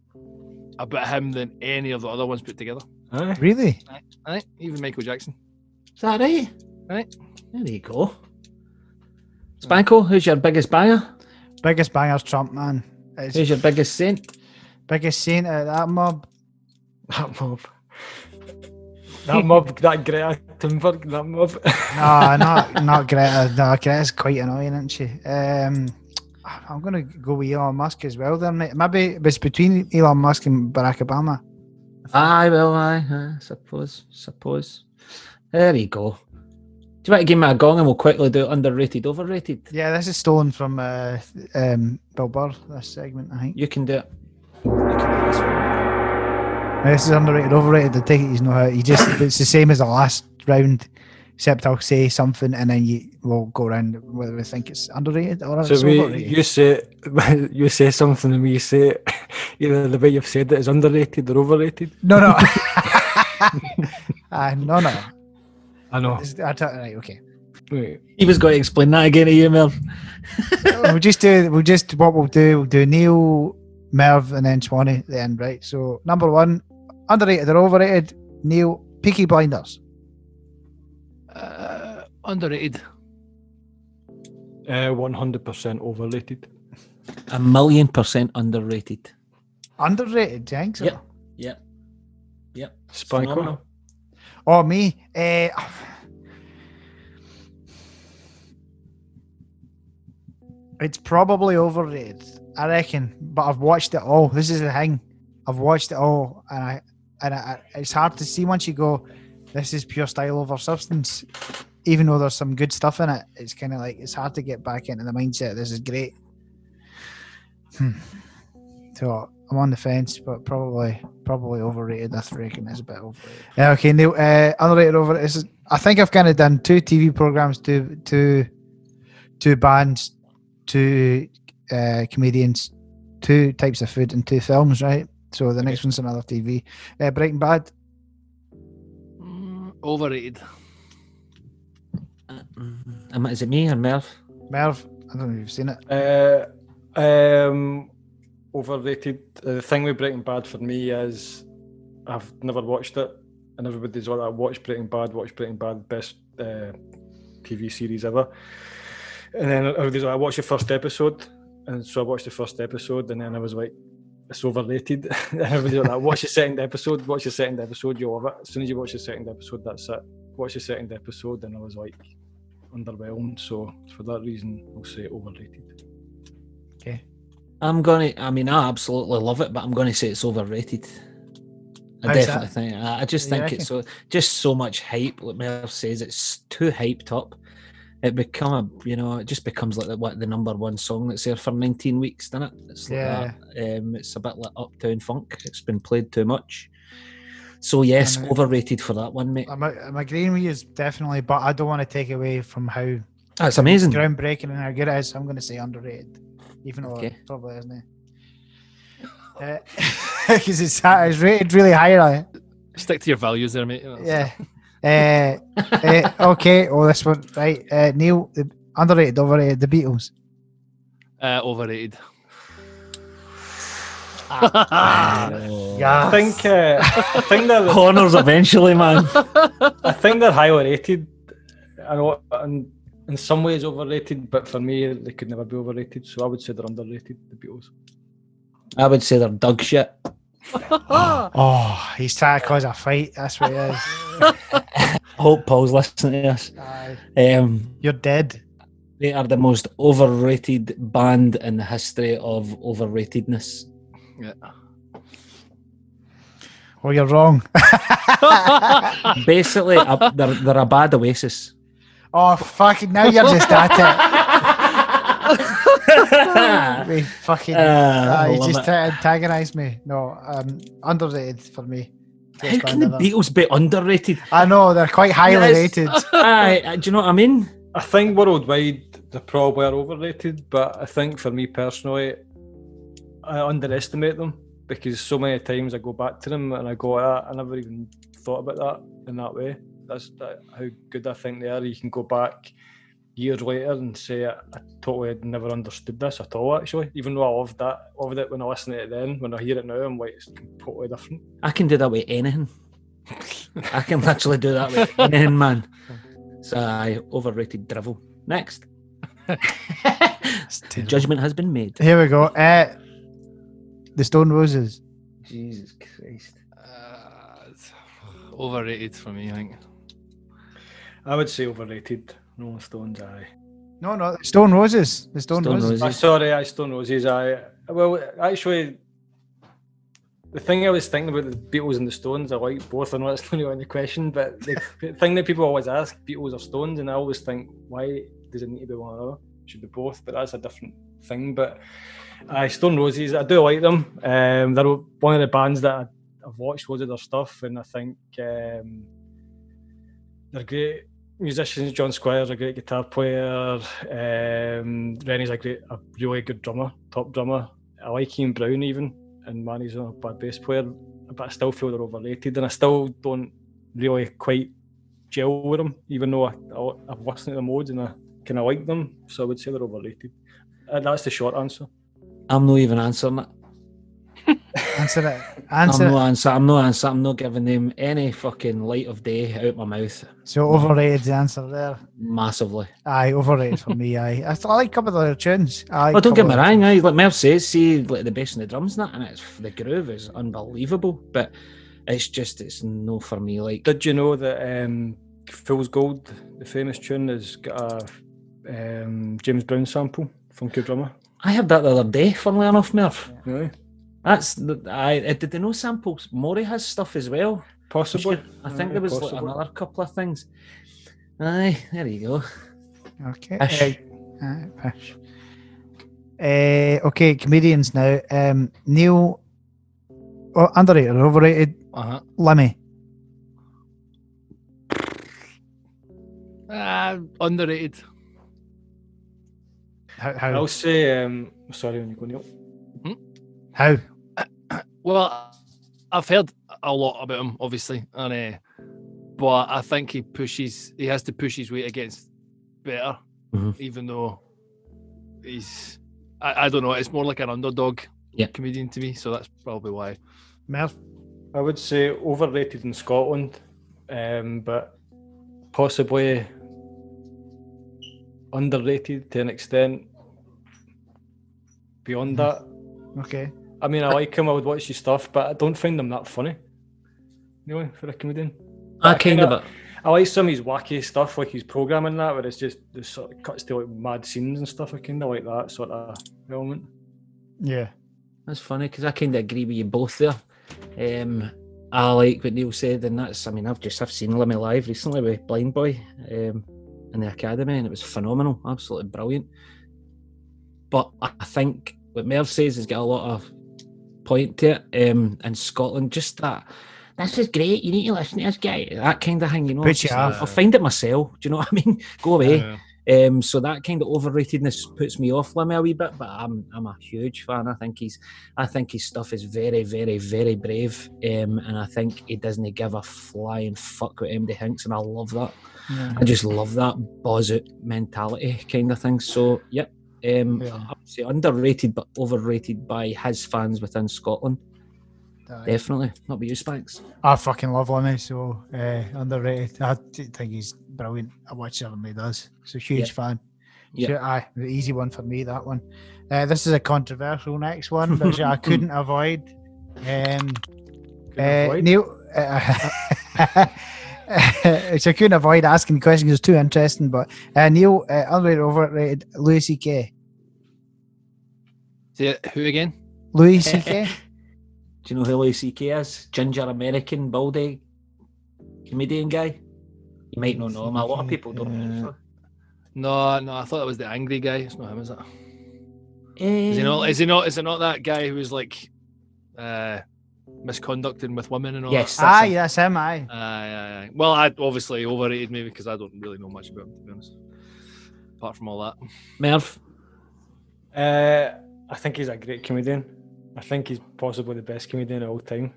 E: about him than any of the other ones put together.
A: Aye.
C: Really?
E: Aye, even Michael Jackson.
B: Is that right?
E: Right.
B: There you go. Spanko, who's your biggest buyer?
C: Biggest bangers, Trump man. It's
B: Who's your biggest saint?
C: biggest saint out of that mob.
A: That mob. That mob, that Greta Thunberg, that mob.
C: No, not not Greta. No, Greta's quite annoying, isn't she? Um, I'm gonna go with Elon Musk as well. Then mate. maybe it's between Elon Musk and Barack Obama.
B: Aye, well, aye, aye, suppose, suppose. There you go. Do you want to give me a gong and we'll quickly do underrated, overrated?
C: Yeah, this is stolen from uh, um, Bill Burr. This segment, I think.
B: You can do it.
C: This is underrated, overrated. The ticket, you know how you just. It's the same as the last round, except I'll say something and then you will go around whether we think it's underrated or
A: So
C: it's
A: we,
C: overrated.
A: you say you say something and we say it. either the way you've said it is underrated or overrated.
C: No, no. uh, no, no.
A: I know.
C: It's- I don't- right, okay.
A: Wait,
B: He was going to explain that again to you, Mel.
C: we'll just do. We'll just what we'll do. We'll do Neil, Merv, and then Swanee at the end, right? So number one, underrated or overrated? Neil, Peaky Blinders.
E: Uh, underrated.
A: uh, 100% overrated.
B: A million percent underrated.
C: Underrated, do you think so?
B: Yep. Yep.
A: Spanko.
B: Phenomenal.
C: Or me? Eh, it's probably overrated, I reckon. But I've watched it all. This is the thing. I've watched it all, and I and I, it's hard to see once you go. This is pure style over substance. Even though there's some good stuff in it, it's kind of like it's hard to get back into the mindset. This is great. Hmm. So I'm on the fence, but probably probably overrated. I reckon it's a bit overrated. Yeah, okay. Neil, uh, underrated over. This is, I think I've kind of done two TV programs, two two two bands, two uh, comedians, two types of food, and two films. Right. So the next one's another TV. Uh, Breaking Bad.
E: Mm, overrated.
B: Um, is it me or Merv?
C: Merv. I don't know if you've seen it.
A: Uh, um, overrated. Uh, the thing with Breaking Bad for me is I've never watched it, and everybody's all like, "Watch Breaking Bad, watch Breaking Bad, best uh, TV series ever." And then everybody's like, "I watched the first episode," and so I watched the first episode, and then I was like. It's overrated. And Everybody's like, watch the second episode, watch the second episode, you'll love it. As soon as you watch the second episode, that's it. Watch the second episode, and I was like underwhelmed. So, for that reason, I'll say overrated.
B: I'm going to, I mean, I absolutely love it, but I'm going to say it's overrated. I
C: How's
B: definitely think, I I just
C: You
B: think
C: reckon?
B: it's so, just so much hype. Like Merv says, it's too hyped up. It become a, you know, it just becomes like the, what, the number one song that's there for 19 weeks, doesn't it? It's like that.
C: Uh,
B: Um, it's a bit like Uptown Funk. It's been played too much. So, yes,
C: know. Uh,
B: overrated for that one, mate.
C: I'm, I'm agreeing with you definitely, but I don't want to take away from how
B: That's amazing.
C: groundbreaking and how good it is. So I'm going to say underrated, even though
B: Okay.
C: it probably isn't it. Because it's, high- it's rated really eh? high. Like,
E: Stick to your values there, mate. That's-
C: yeah. Uh, uh, okay. Oh, this one. Right. Uh, Neil, the underrated, overrated, the Beatles.
E: Uh, overrated.
A: I think uh, I think they're
B: Corners eventually, man.
A: I think they're highly rated. I know, and in some ways overrated, but for me they could never be overrated. So I would say they're underrated. The Beatles.
B: I would say they're dog shit.
C: Oh, he's trying to cause a fight. That's what it is.
B: I hope Paul's listening to us.
C: Aye.
B: Um,
C: you're dead.
B: they are the most overrated band in the history of overratedness.
C: Or you're wrong.
E: Uh,
B: Basically, a, they're, they're a bad oasis.
C: Oh, fucking. Now you're just at it.
B: Ah,
C: We fucking.
B: I
C: Ah, you
B: love
C: just
B: it.
C: try to antagonise me. No, um, underrated for me.
B: How can the Beatles be underrated?
C: I know they're quite highly
B: Yes.
C: rated.
B: Aye, uh, do you know what I mean?
A: I think worldwide they probably are overrated, but I think for me personally, I underestimate them because so many times I go back to them and I go, ah, I never even thought about that in that way. That's that, how good I think they are. You can go back years later and say, I, I totally had never understood this at all, actually. Even though I loved that, loved it when I listened to it then, when I hear it now, I'm like, it's completely different.
B: I can do that with anything. I can literally do that with any man. So I overrated drivel. Next.
C: It's
B: The
C: terrible.
B: judgment has been made.
C: Here we go. Uh, the Stone Roses.
B: Jesus Christ.
E: Uh, it's overrated for me, I think.
A: I would say overrated. Rolling Stones, aye.
C: No, no, Stone Roses. The Stone,
B: Stone
C: Roses.
B: Roses.
A: I sorry, I Stone Roses. I well, actually, the thing I was thinking about the Beatles and the Stones, I like both. I know that's not really on the question, but the thing that people always ask, Beatles or Stones, and I always think, why does it need to be one or another? It should be both, but that's a different thing. But I Stone Roses, I do like them. Um, they're one of the bands that I, I've watched loads of their stuff, and I think um, they're great musicians. John Squire's a great guitar player. Um, Rennie's a great, a really good drummer, top drummer. I like Ian Brown even, and Manny's not a bad bass player. But I still feel they're overrated, and I still don't really quite gel with them, even though I, I, I've listened to them loads and I kind of like them. So I would say they're overrated. Uh, that's the short answer.
B: I'm not even answering it.
C: Answer it.
B: I'm
C: Answer
B: no
C: it.
B: answer. I'm no answer. I'm not giving them any fucking light of day out my mouth.
C: So overrated the answer there.
B: Massively.
C: Aye, overrated for me. Aye, I, th- I like a couple of their tunes. Aye,
B: Well, don't get
C: couple
B: me
C: of-
B: wrong. Aye, like Merv says, see, like the bass and the drums and that, and it's the groove is unbelievable. But it's just, it's no for me. Like,
A: Did you know that um, Fool's Gold, the famous tune, has got a um, James Brown sample from Good Drummer?
B: I heard that the other day. Funnily enough, Merv.
A: Really?
B: That's the- I I- did they know samples. Maury has stuff as well.
A: Possibly.
B: I think
A: Aye,
B: there was like,
A: possibly.
B: another couple of things. Aye, there you go.
C: Okay.
B: Pish.
C: Uh, aye, pish. Eh, okay, comedians now. Um, Neil, oh, underrated or overrated?
E: Uh huh.
C: Lemmy.
E: Ah, underrated.
C: How? How?
A: I'll say, um, sorry, when you go, Neil.
C: how?
E: Well, I've heard a lot about him, obviously, and uh, but I think he pushes. He has to push his weight against better,
B: Mhm.
E: even though he's. I, I don't know. It's more like an underdog
B: Yeah.
E: comedian to me, so that's probably why.
C: Merv?
A: I would say overrated in Scotland, um, but possibly underrated to an extent. Beyond that,
C: Okay.
A: I mean, I
C: Mm-hmm.
A: like him. I would watch his stuff, but I don't find him that funny. Anyway, for a comedian,
B: I
A: I
B: kind
A: kinda-
B: of it.
A: I like some of his wacky stuff, like his programming that, where it's just the sort of cuts to like mad scenes and stuff. I kind of like that sort of element.
C: Yeah.
B: That's funny because I kind of agree with you both there. Um, I like what Neil said, and that's. I mean, I've just I've seen Lemmy live recently with Blind Boy um, in the academy, and it was phenomenal, absolutely brilliant. But I I think what Merv says has got a lot of point to it. Um, in Scotland, just that. This is great. You need to listen to this guy. That kind of thing, you know.
C: Puts
B: it's
C: you
B: like,
C: off.
B: I'll find it myself. Do you know what I mean? Go away.
E: Uh,
B: Um, so that kind of overratedness puts me off Lemmy a wee bit, but I'm I'm a huge fan. I think he's I think his stuff is very, very, very brave. Um, and I think he doesn't give a flying fuck what anybody thinks, and I love that.
C: Yeah.
B: I just love that buzz out mentality kind of thing. So yep. Um
C: Yeah.
B: I would say underrated but overrated by his fans within Scotland.
C: Aye.
B: Definitely. Not by you, Spanks.
C: I fucking love Lemmy, so uh, underrated. I d- think he's brilliant. I watch everything he does. So huge
B: Yeah.
C: fan.
B: Yeah.
C: Sure, aye, the easy one for me. That one. Uh, this is a controversial next one, but I couldn't avoid. Um, uh,
A: avoid?
C: Neil, uh, so I couldn't avoid asking the question 'cause it's too interesting. But uh, Neil, uh, underrated, overrated, Louis C.K.
E: Say it, who again?
C: Louis C.K.
B: Do you know who Louis C.K. is? Ginger American, baldy comedian guy. You might not know him. A lot of people don't. know
E: No, no. I thought that was the angry guy. It's not him, is it?
B: him.
E: Eh. Is he not? Is he not? Is it not that guy who was like, uh, misconducting with women and all?
B: Yes. that's
C: aye,
B: him.
C: that's him. Aye.
E: That? Aye, aye, aye. Uh, Well, I obviously overrated maybe because I don't really know much about him to be honest. Apart from all that.
B: Merv.
A: Uh, I think he's a great comedian. I think he's possibly the best comedian of all time,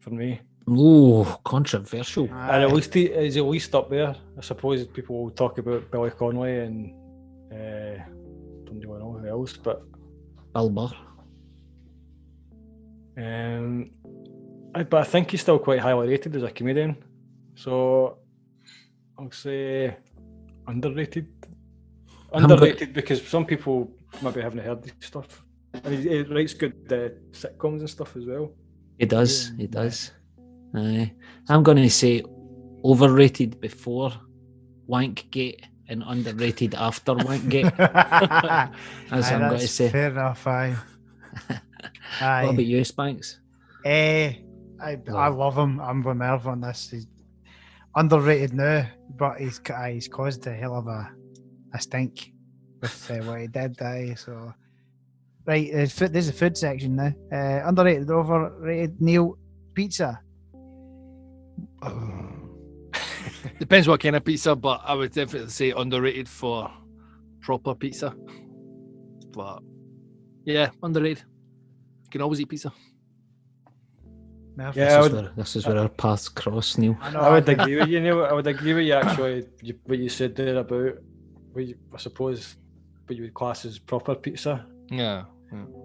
A: for me.
B: Oh, controversial.
A: And at least he is at least up there. I suppose people will talk about Billy Conway and uh, don't really know who else, but
B: Bill Burr.
A: um, I, but I think he's still quite highly rated as a comedian. So I'll say underrated.
B: Um, but-
A: Underrated because some people maybe haven't heard this stuff. And he, he writes good uh, sitcoms and stuff as well.
B: It does. It does. Aye. I'm going to say overrated before Wankgate and underrated after Wankgate.
C: Aye,
B: That's what I'm going to
C: that's
B: say.
C: Fair enough. Aye.
B: What about
C: aye.
B: you, Spanks?
C: Eh, I, I love him. I'm with Merv on this. He's underrated now, but he's ca- aye, he's caused a hell of a a stink with uh, what he did. Aye, so right. There's food, there's a food section now. Uh, underrated, overrated. Neil, pizza.
E: Depends what kind of pizza, but I would definitely say underrated for proper pizza. But yeah, underrated. You can always eat pizza.
C: Merv?
A: Yeah, I
B: This is,
A: would-
B: where, this is where our paths cross, Neil.
C: I, know,
A: I would
C: think-
A: agree with you, Neil. I would agree with you actually. You, what you said there about, what you, I suppose, what you would class as proper pizza,
E: Yeah.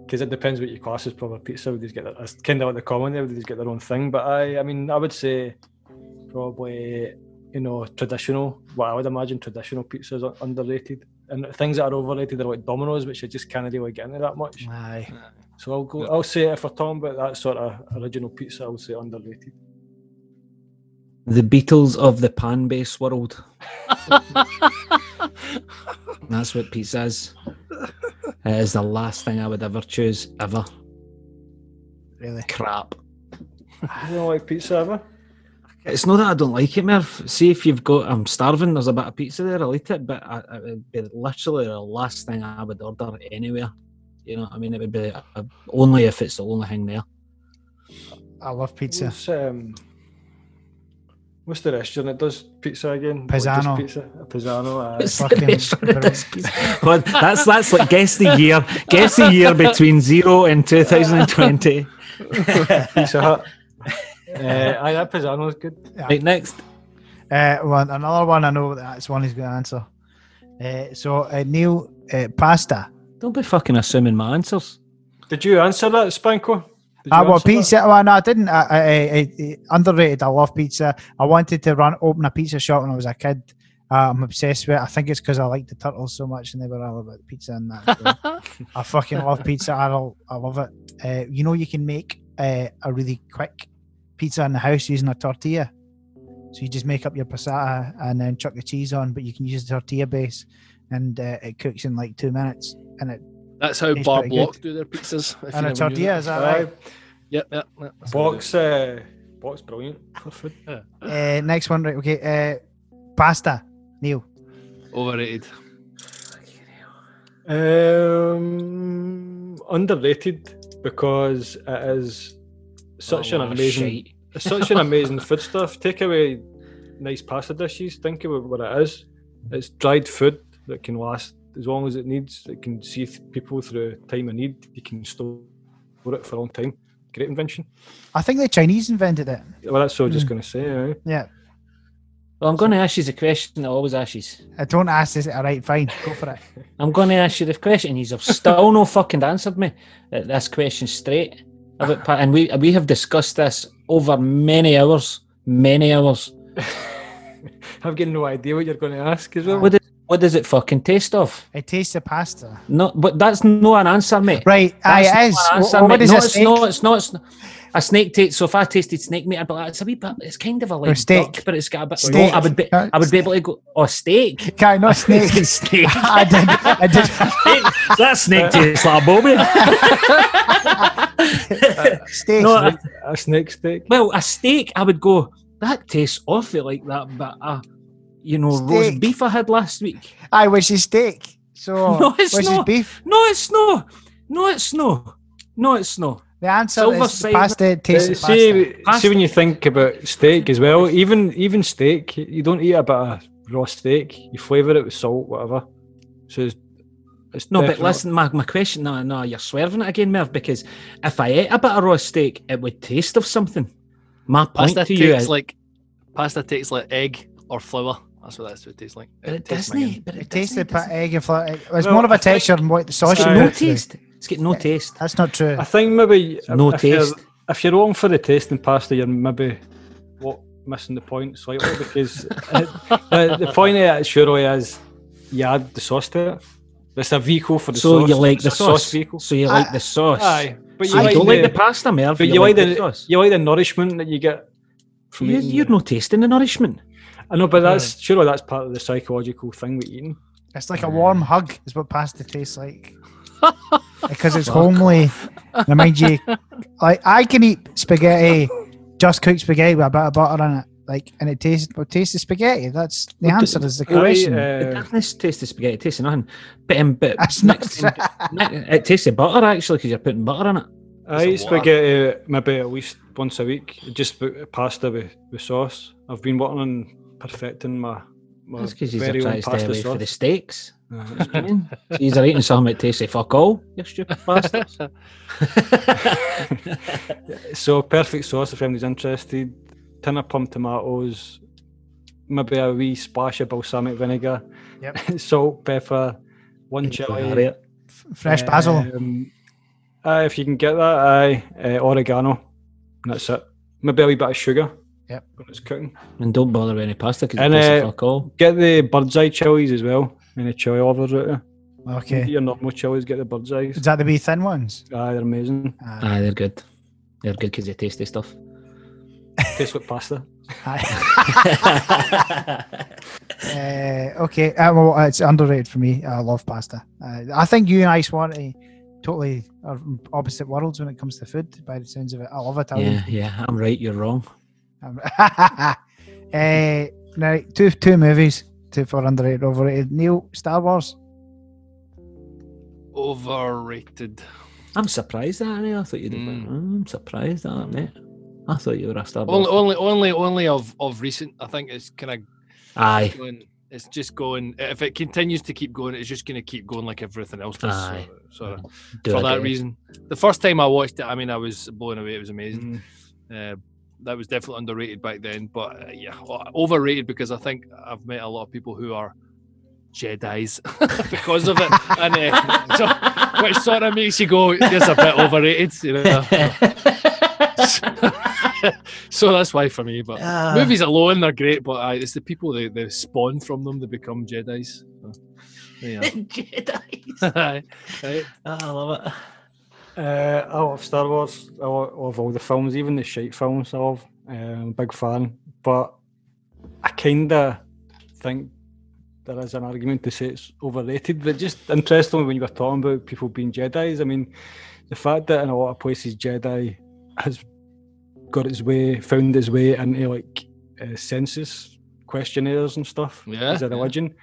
A: because it depends what you class as proper pizza. Would just get their, it's kind of like the common there. Would just get their own thing? But I, I mean, I would say probably you know traditional. What I would imagine traditional pizza is underrated, and things that are overrated are like Domino's, which I just can't really get into that much.
C: Aye.
A: So I'll go. I'll say if we're talking about that sort of original pizza, I would say underrated.
B: The Beatles of the pan base world. That's what pizza is. It is the last thing I would ever choose, ever.
C: Really?
B: Crap.
A: You don't like pizza ever?
B: It's not that I don't like it, Merv. See, if you've got, I'm starving, there's a bit of pizza there, I'll eat it, but I, it would be literally the last thing I would order anywhere. You know what I mean? It would be uh, only if it's the only thing there.
C: I love pizza.
A: What's, um, what's the restaurant that does pizza again? Like, just
C: Pizzano.
A: Pizza. Pisano.
B: It's the
C: fucking
B: restaurant that
C: brilliant.
B: does pizza. Well, that's, that's like guess the year. Guess the year between zero and 2020.
A: pizza Hut. uh, aye, that Pisano is good.
B: Right, next.
C: Uh, one another one. I know that's one he's going to answer. Uh, so uh, Neil, uh, pasta.
B: Don't be fucking assuming my answers.
A: Did you answer that, Spanko? Did
C: Ah,
A: you
C: well,
A: answer that?
C: pizza. Well, no, I didn't. I, I, I, I underrated. I love pizza. I wanted to run open a pizza shop when I was a kid. Uh, I'm obsessed with it. I think it's because I liked the turtles so much, and they were all about pizza and that. so I fucking love pizza. I, lo- I love it. Uh, you know, you can make uh, a really quick pizza in the house using a tortilla. So you just make up your passata and then chuck the cheese on, but you can use the tortilla base, and uh, it cooks in like two minutes. And it
E: That's how
C: Tastes
E: Bar
C: pretty
E: Block do their pizzas. if you
C: and a
E: never knew
C: tortilla
E: that.
C: is that right?
E: Yep, yep. yep, that's how they do it.
A: Box, uh, box brilliant for food.
C: Uh, next one, right? Okay, uh, pasta. Neil.
E: Overrated.
A: Um, underrated because it is such
B: Oh,
A: an amazing
B: shite.
A: It's such an amazing foodstuff. Take away nice pasta dishes. Think about what it is. It's dried food that can last as long as it needs. It can see th- people through time of need. You can store it for a long time. Great invention.
C: I think the Chinese invented it.
A: Well, that's what I was just going to say. eh?
C: Yeah.
B: Well, I'm going to ask you the question that I always ask you.
C: I Uh, don't ask this. All right, fine. Go for it.
B: I'm going to ask you the question. You've still no fucking answered me at this question straight. About pa- And we we have discussed this over many hours, many hours.
A: I've got no idea what you're going to ask as well.
B: What, is, what does it fucking taste of?
C: I taste the pasta.
B: No, but that's no an answer, mate.
C: Right.
B: That's
C: aye,
B: no
C: it is.
B: an
C: What,
B: answer,
C: what
B: mate.
C: is
B: no,
C: a
B: it's
C: steak?
B: not. It's not. It's not. A snake taste. So if I tasted snake, meat, I'd be like, it's a wee bit. It's kind of a like
C: steak.
B: duck, but it's got a bit.
C: Steak.
B: No, I would be. I would be able to go. Oh, steak.
C: Okay, not snake.
B: snake.
C: I did. I did.
B: that snake tastes like a bobby.
C: Steak.
B: no, I-
A: A snake steak.
B: well, a steak, I would go, that tastes awfully like that, but uh, you know, roast
C: Steak.
B: beef I had last week.
C: aye, which is steak. So,
B: No, it's
C: which
B: not.
C: is beef.
B: No, it's no. No, it's no. No, it's no.
C: The answer
B: Silver
C: is
B: side-
C: pasta. It tastes
A: Uh,
C: the pasta.
A: see, see
B: Pasta.
A: when you think about steak as well. Even even steak, you don't eat a bit of raw steak. You flavour it with salt, whatever. So it's, it's
B: No, but
A: definitely-
B: listen, my, my question, no, no, you're swerving it again, Merv, because if I ate a bit of raw steak, it would taste of something. My point
E: Pasta
B: to you
E: tastes
B: is,
E: like pasta tastes like egg or flour. That's what that's what it tastes like.
B: but it
E: tastes
B: doesn't,
E: like
B: but it,
C: It tastes the
B: doesn't,
C: pa-
B: doesn't.
C: egg and flour. It's
A: Well,
C: more of a
A: I think-
C: texture than what the
B: It's
C: sausage
B: got
A: Sorry.
B: no
C: is.
B: taste. It's got no taste.
C: That's not true.
A: I think maybe
B: No
A: if you're-
B: taste.
A: if you're wrong for the tasting pasta, you're maybe what missing the point slightly because uh, the, the point of it surely is you add the sauce to it. It's a vehicle for the
B: so
A: sauce.
B: you like the
A: It's a
B: sauce?
A: vehicle. Ah.
B: So you like the sauce?
A: Aye, but you
B: So you
A: like
B: don't like
A: the,
B: the pasta, Merv.
A: but you like the,
B: sauce.
A: you like the nourishment that you get from
B: You,
A: eating.
B: you're not tasting the nourishment.
A: I know, but that's surely that's part of the psychological thing with eating.
C: It's like a warm hug, is what pasta tastes like. because it's homely. Now, mind you, like I can eat spaghetti, just cooked spaghetti with a bit of butter on it, like, and it tastes. But taste the spaghetti. That's the answer. Is the question.
A: I,
B: It
A: uh,
B: doesn't taste the spaghetti. It tastes nothing. But, um, but
C: That's not-
B: next thing- ne- it tastes the butter actually because you're putting butter in it.
A: I eat
E: It's a lot.
A: spaghetti maybe at least once a week, just bu- pasta with, with sauce. I've been working on perfecting my my
B: That's because you're
A: very
B: trying
A: own
B: to stay
A: pasta
B: away for the
A: sauce.
B: steaks.
A: Uh,
B: You know what I mean? So you're eating something that tastes like fuck all. You stupid bastards.
A: So perfect sauce if anyone's interested. Tin of plum tomatoes, maybe a wee splash of balsamic vinegar, salt, pepper, one chili,
B: Harriet.
C: Fresh basil.
A: Um, aye, if you can get that, aye, uh, oregano. And that's it. Maybe a wee bit of sugar.
C: Yep.
A: When it's cooking.
B: And don't bother with any pasta because it
A: And,
B: tastes like
A: uh,
B: fuck all.
A: Get the bird's eye chilies as well. Any chili lovers out there?
C: Okay.
A: Get Your normal chilies, get the bird's eyes.
C: Is that the wee thin ones? Uh,
A: Aye, they're amazing.
C: Aye.
B: Aye, they're good. They're good because they tasty stuff.
A: Tastes like pasta.
C: Aye. uh, okay. Uh, well, it's underrated for me. I love pasta. Uh, I think you and I, Swanty, totally are from opposite worlds when it comes to food. By the sounds of it, I love Italian.
B: Yeah, yeah. I'm right. You're wrong.
C: Um, eh, now, two two movies, two for underrated, overrated. Neil, Star Wars.
E: Overrated.
B: I'm surprised at it. I thought you'd. have went, "Mm, I'm surprised at it, mate. I thought you were a star.
E: Only,
B: Wars fan."
E: only, only, only of of recent. I think it's kind of
B: Aye.
E: going. It's just going. If it continues to keep going, it's just going to keep going like everything else does.
B: Aye.
E: So, so
B: Do
E: for
B: it
E: that
B: again.
E: reason, the first time I watched it, I mean, I was blown away. It was amazing.
A: Mm.
E: Uh, that was definitely underrated back then, but uh, yeah, well, overrated because I think I've met a lot of people who are Jedi's because of it, and uh, so, which sort of makes you go, "It's a bit overrated," you know. so that's why for me. But
B: Ah.
E: movies alone, they're great, but aye, it's the people they, they spawn from them that become Jedi's. So, there
B: Jedi.
E: you are. Aye.
B: I love it.
A: Uh, I love Star Wars. I love, love all the films, even the shite films. I love. Um, big fan, but I kind of think there is an argument to say it's overrated. But just interesting when you were talking about people being Jedi's. I mean, the fact that in a lot of places Jedi has got its way, found its way into like uh, census questionnaires and stuff
E: Yeah,
A: as a
E: yeah.
A: religion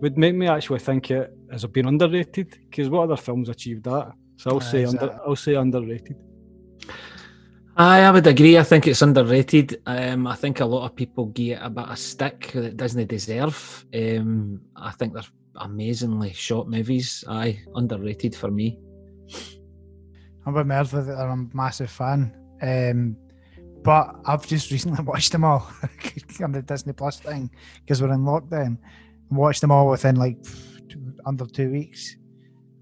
A: would make me actually think it as being underrated. Because what other films achieved that? So I'll
C: Aye,
A: say under,
C: exactly.
A: I'll say underrated.
B: Aye, I would agree. I think it's underrated. Um, I think a lot of people get a bit of stick that it doesn't deserve. Um, I think they're amazingly shot movies. Aye, underrated for me.
C: I'm with Merv with it. I'm a massive fan. Um, but I've just recently watched them all on the Disney Plus thing because we're in lockdown. I watched them all within like two, under two weeks.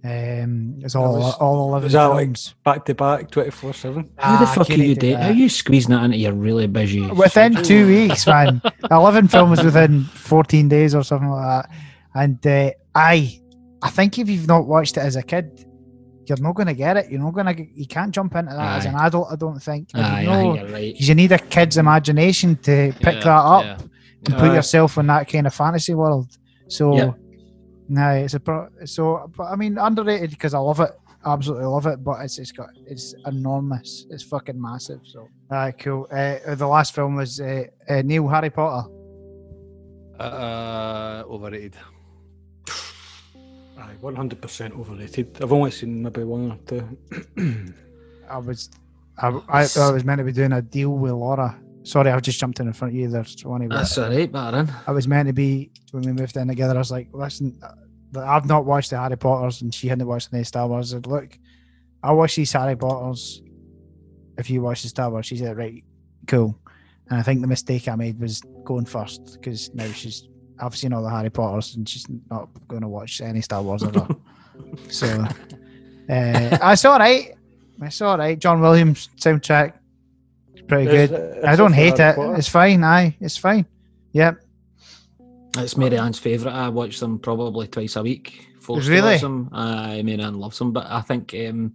C: Um, it's all
A: was-
C: all eleven
A: was that like-
C: films.
A: Back to back, twenty four seven.
B: How the
C: Ah, I
B: fuck are
C: couldn't
B: you
C: do
B: doing?
C: that.
B: How are you squeezing that into your really busy?
C: within two weeks, man. Eleven films within fourteen days or something like that. And uh, I, I think if you've not watched it as a kid, you're not going to get it. You're not going to. You can't jump into that as
B: Aye.
C: an adult. I don't think. Like,
B: Aye,
C: you
B: I
C: know,
B: think you're right.
C: 'cause you need a kid's imagination to pick
E: Yeah,
C: that up
E: yeah.
C: and put
A: Aye.
C: yourself in that kind of fantasy world. So,
B: Yep.
C: no, it's a pro- so. But I mean, underrated because I love it. Absolutely love it. But it's it's got it's enormous. It's fucking massive. So, alright, cool. Uh, the last film was uh, uh, Neil Harry Potter.
E: Uh, overrated.
A: Aye, one hundred percent overrated. I've only seen maybe one or two.
C: I was I, I, I was meant to be doing a deal with Laura. Sorry, I've just jumped in in front of you there, Swanee. but
B: That's all right, Baron.
C: I was meant to be when we moved in together. I was like, listen, uh, I've not watched the Harry Potters, and she hadn't watched any Star Wars. I said, look, I watch these Harry Potters. If you watch the Star Wars, she said, right, cool. And I think the mistake I made was going first because now she's I've seen all the Harry Potters and she's not going to watch any Star Wars ever. so uh, it's all right. It's all right. John Williams soundtrack,
I: pretty
J: It's-
I: good.
J: it's
I: I don't
J: just
I: hate
J: Harry
I: it.
J: Potter.
I: It's fine. Aye, it's fine. Yep.
B: It's Mary Ann's favourite. I watch them probably twice a week. Forced to
I: Really?
B: watch them. Aye, Mary Ann loves them, but I think um,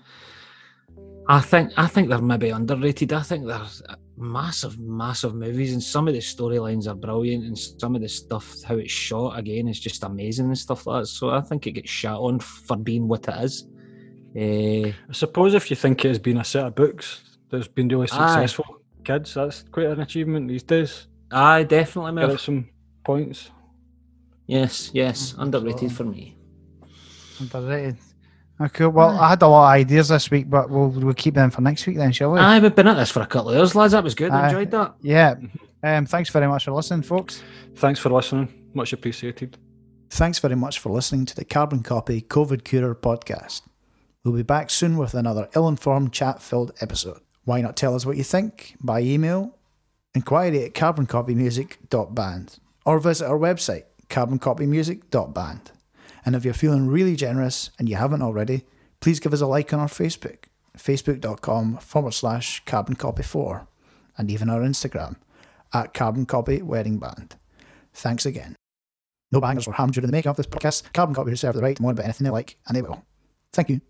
B: I think I think they're maybe underrated. I think they're uh, massive, massive movies, and some of the storylines are brilliant, and some of the stuff how it's shot again is just amazing and stuff like that. So I think it gets shot on for being what it is. Eh,
A: I suppose if you think it has been a set of books that's been really
B: Aye.
A: successful, kids, that's quite an achievement these days.
B: aye, definitely,
A: Get
B: Mel.
A: it some points.
B: Yes, yes, underrated for me.
I: Underrated. Okay. Oh, Well, I had a lot of ideas this week, but we'll we'll keep them for next week then, shall we?
B: Aye, we've been at this for a couple of hours, lads. That was good.
I: Aye.
B: Enjoyed that.
I: Yeah. Um, thanks very much for listening, folks.
A: Thanks for listening. Much appreciated.
C: Thanks very much for listening to the Carbon Copy COVID Curer podcast. We'll be back soon with another ill informed, chat filled episode. Why not tell us what you think by email? Inquiry at carboncopymusic.band or visit our website, carboncopymusic.band. And if you're feeling really generous and you haven't already, please give us a like on our Facebook, facebook.com forward slash carboncopy4, and even our Instagram at carboncopy wedding band. Thanks again. No bangers were harmed during the making of this podcast. Carbon Copy reserve the right to moan about anything they like, and they will. Thank you.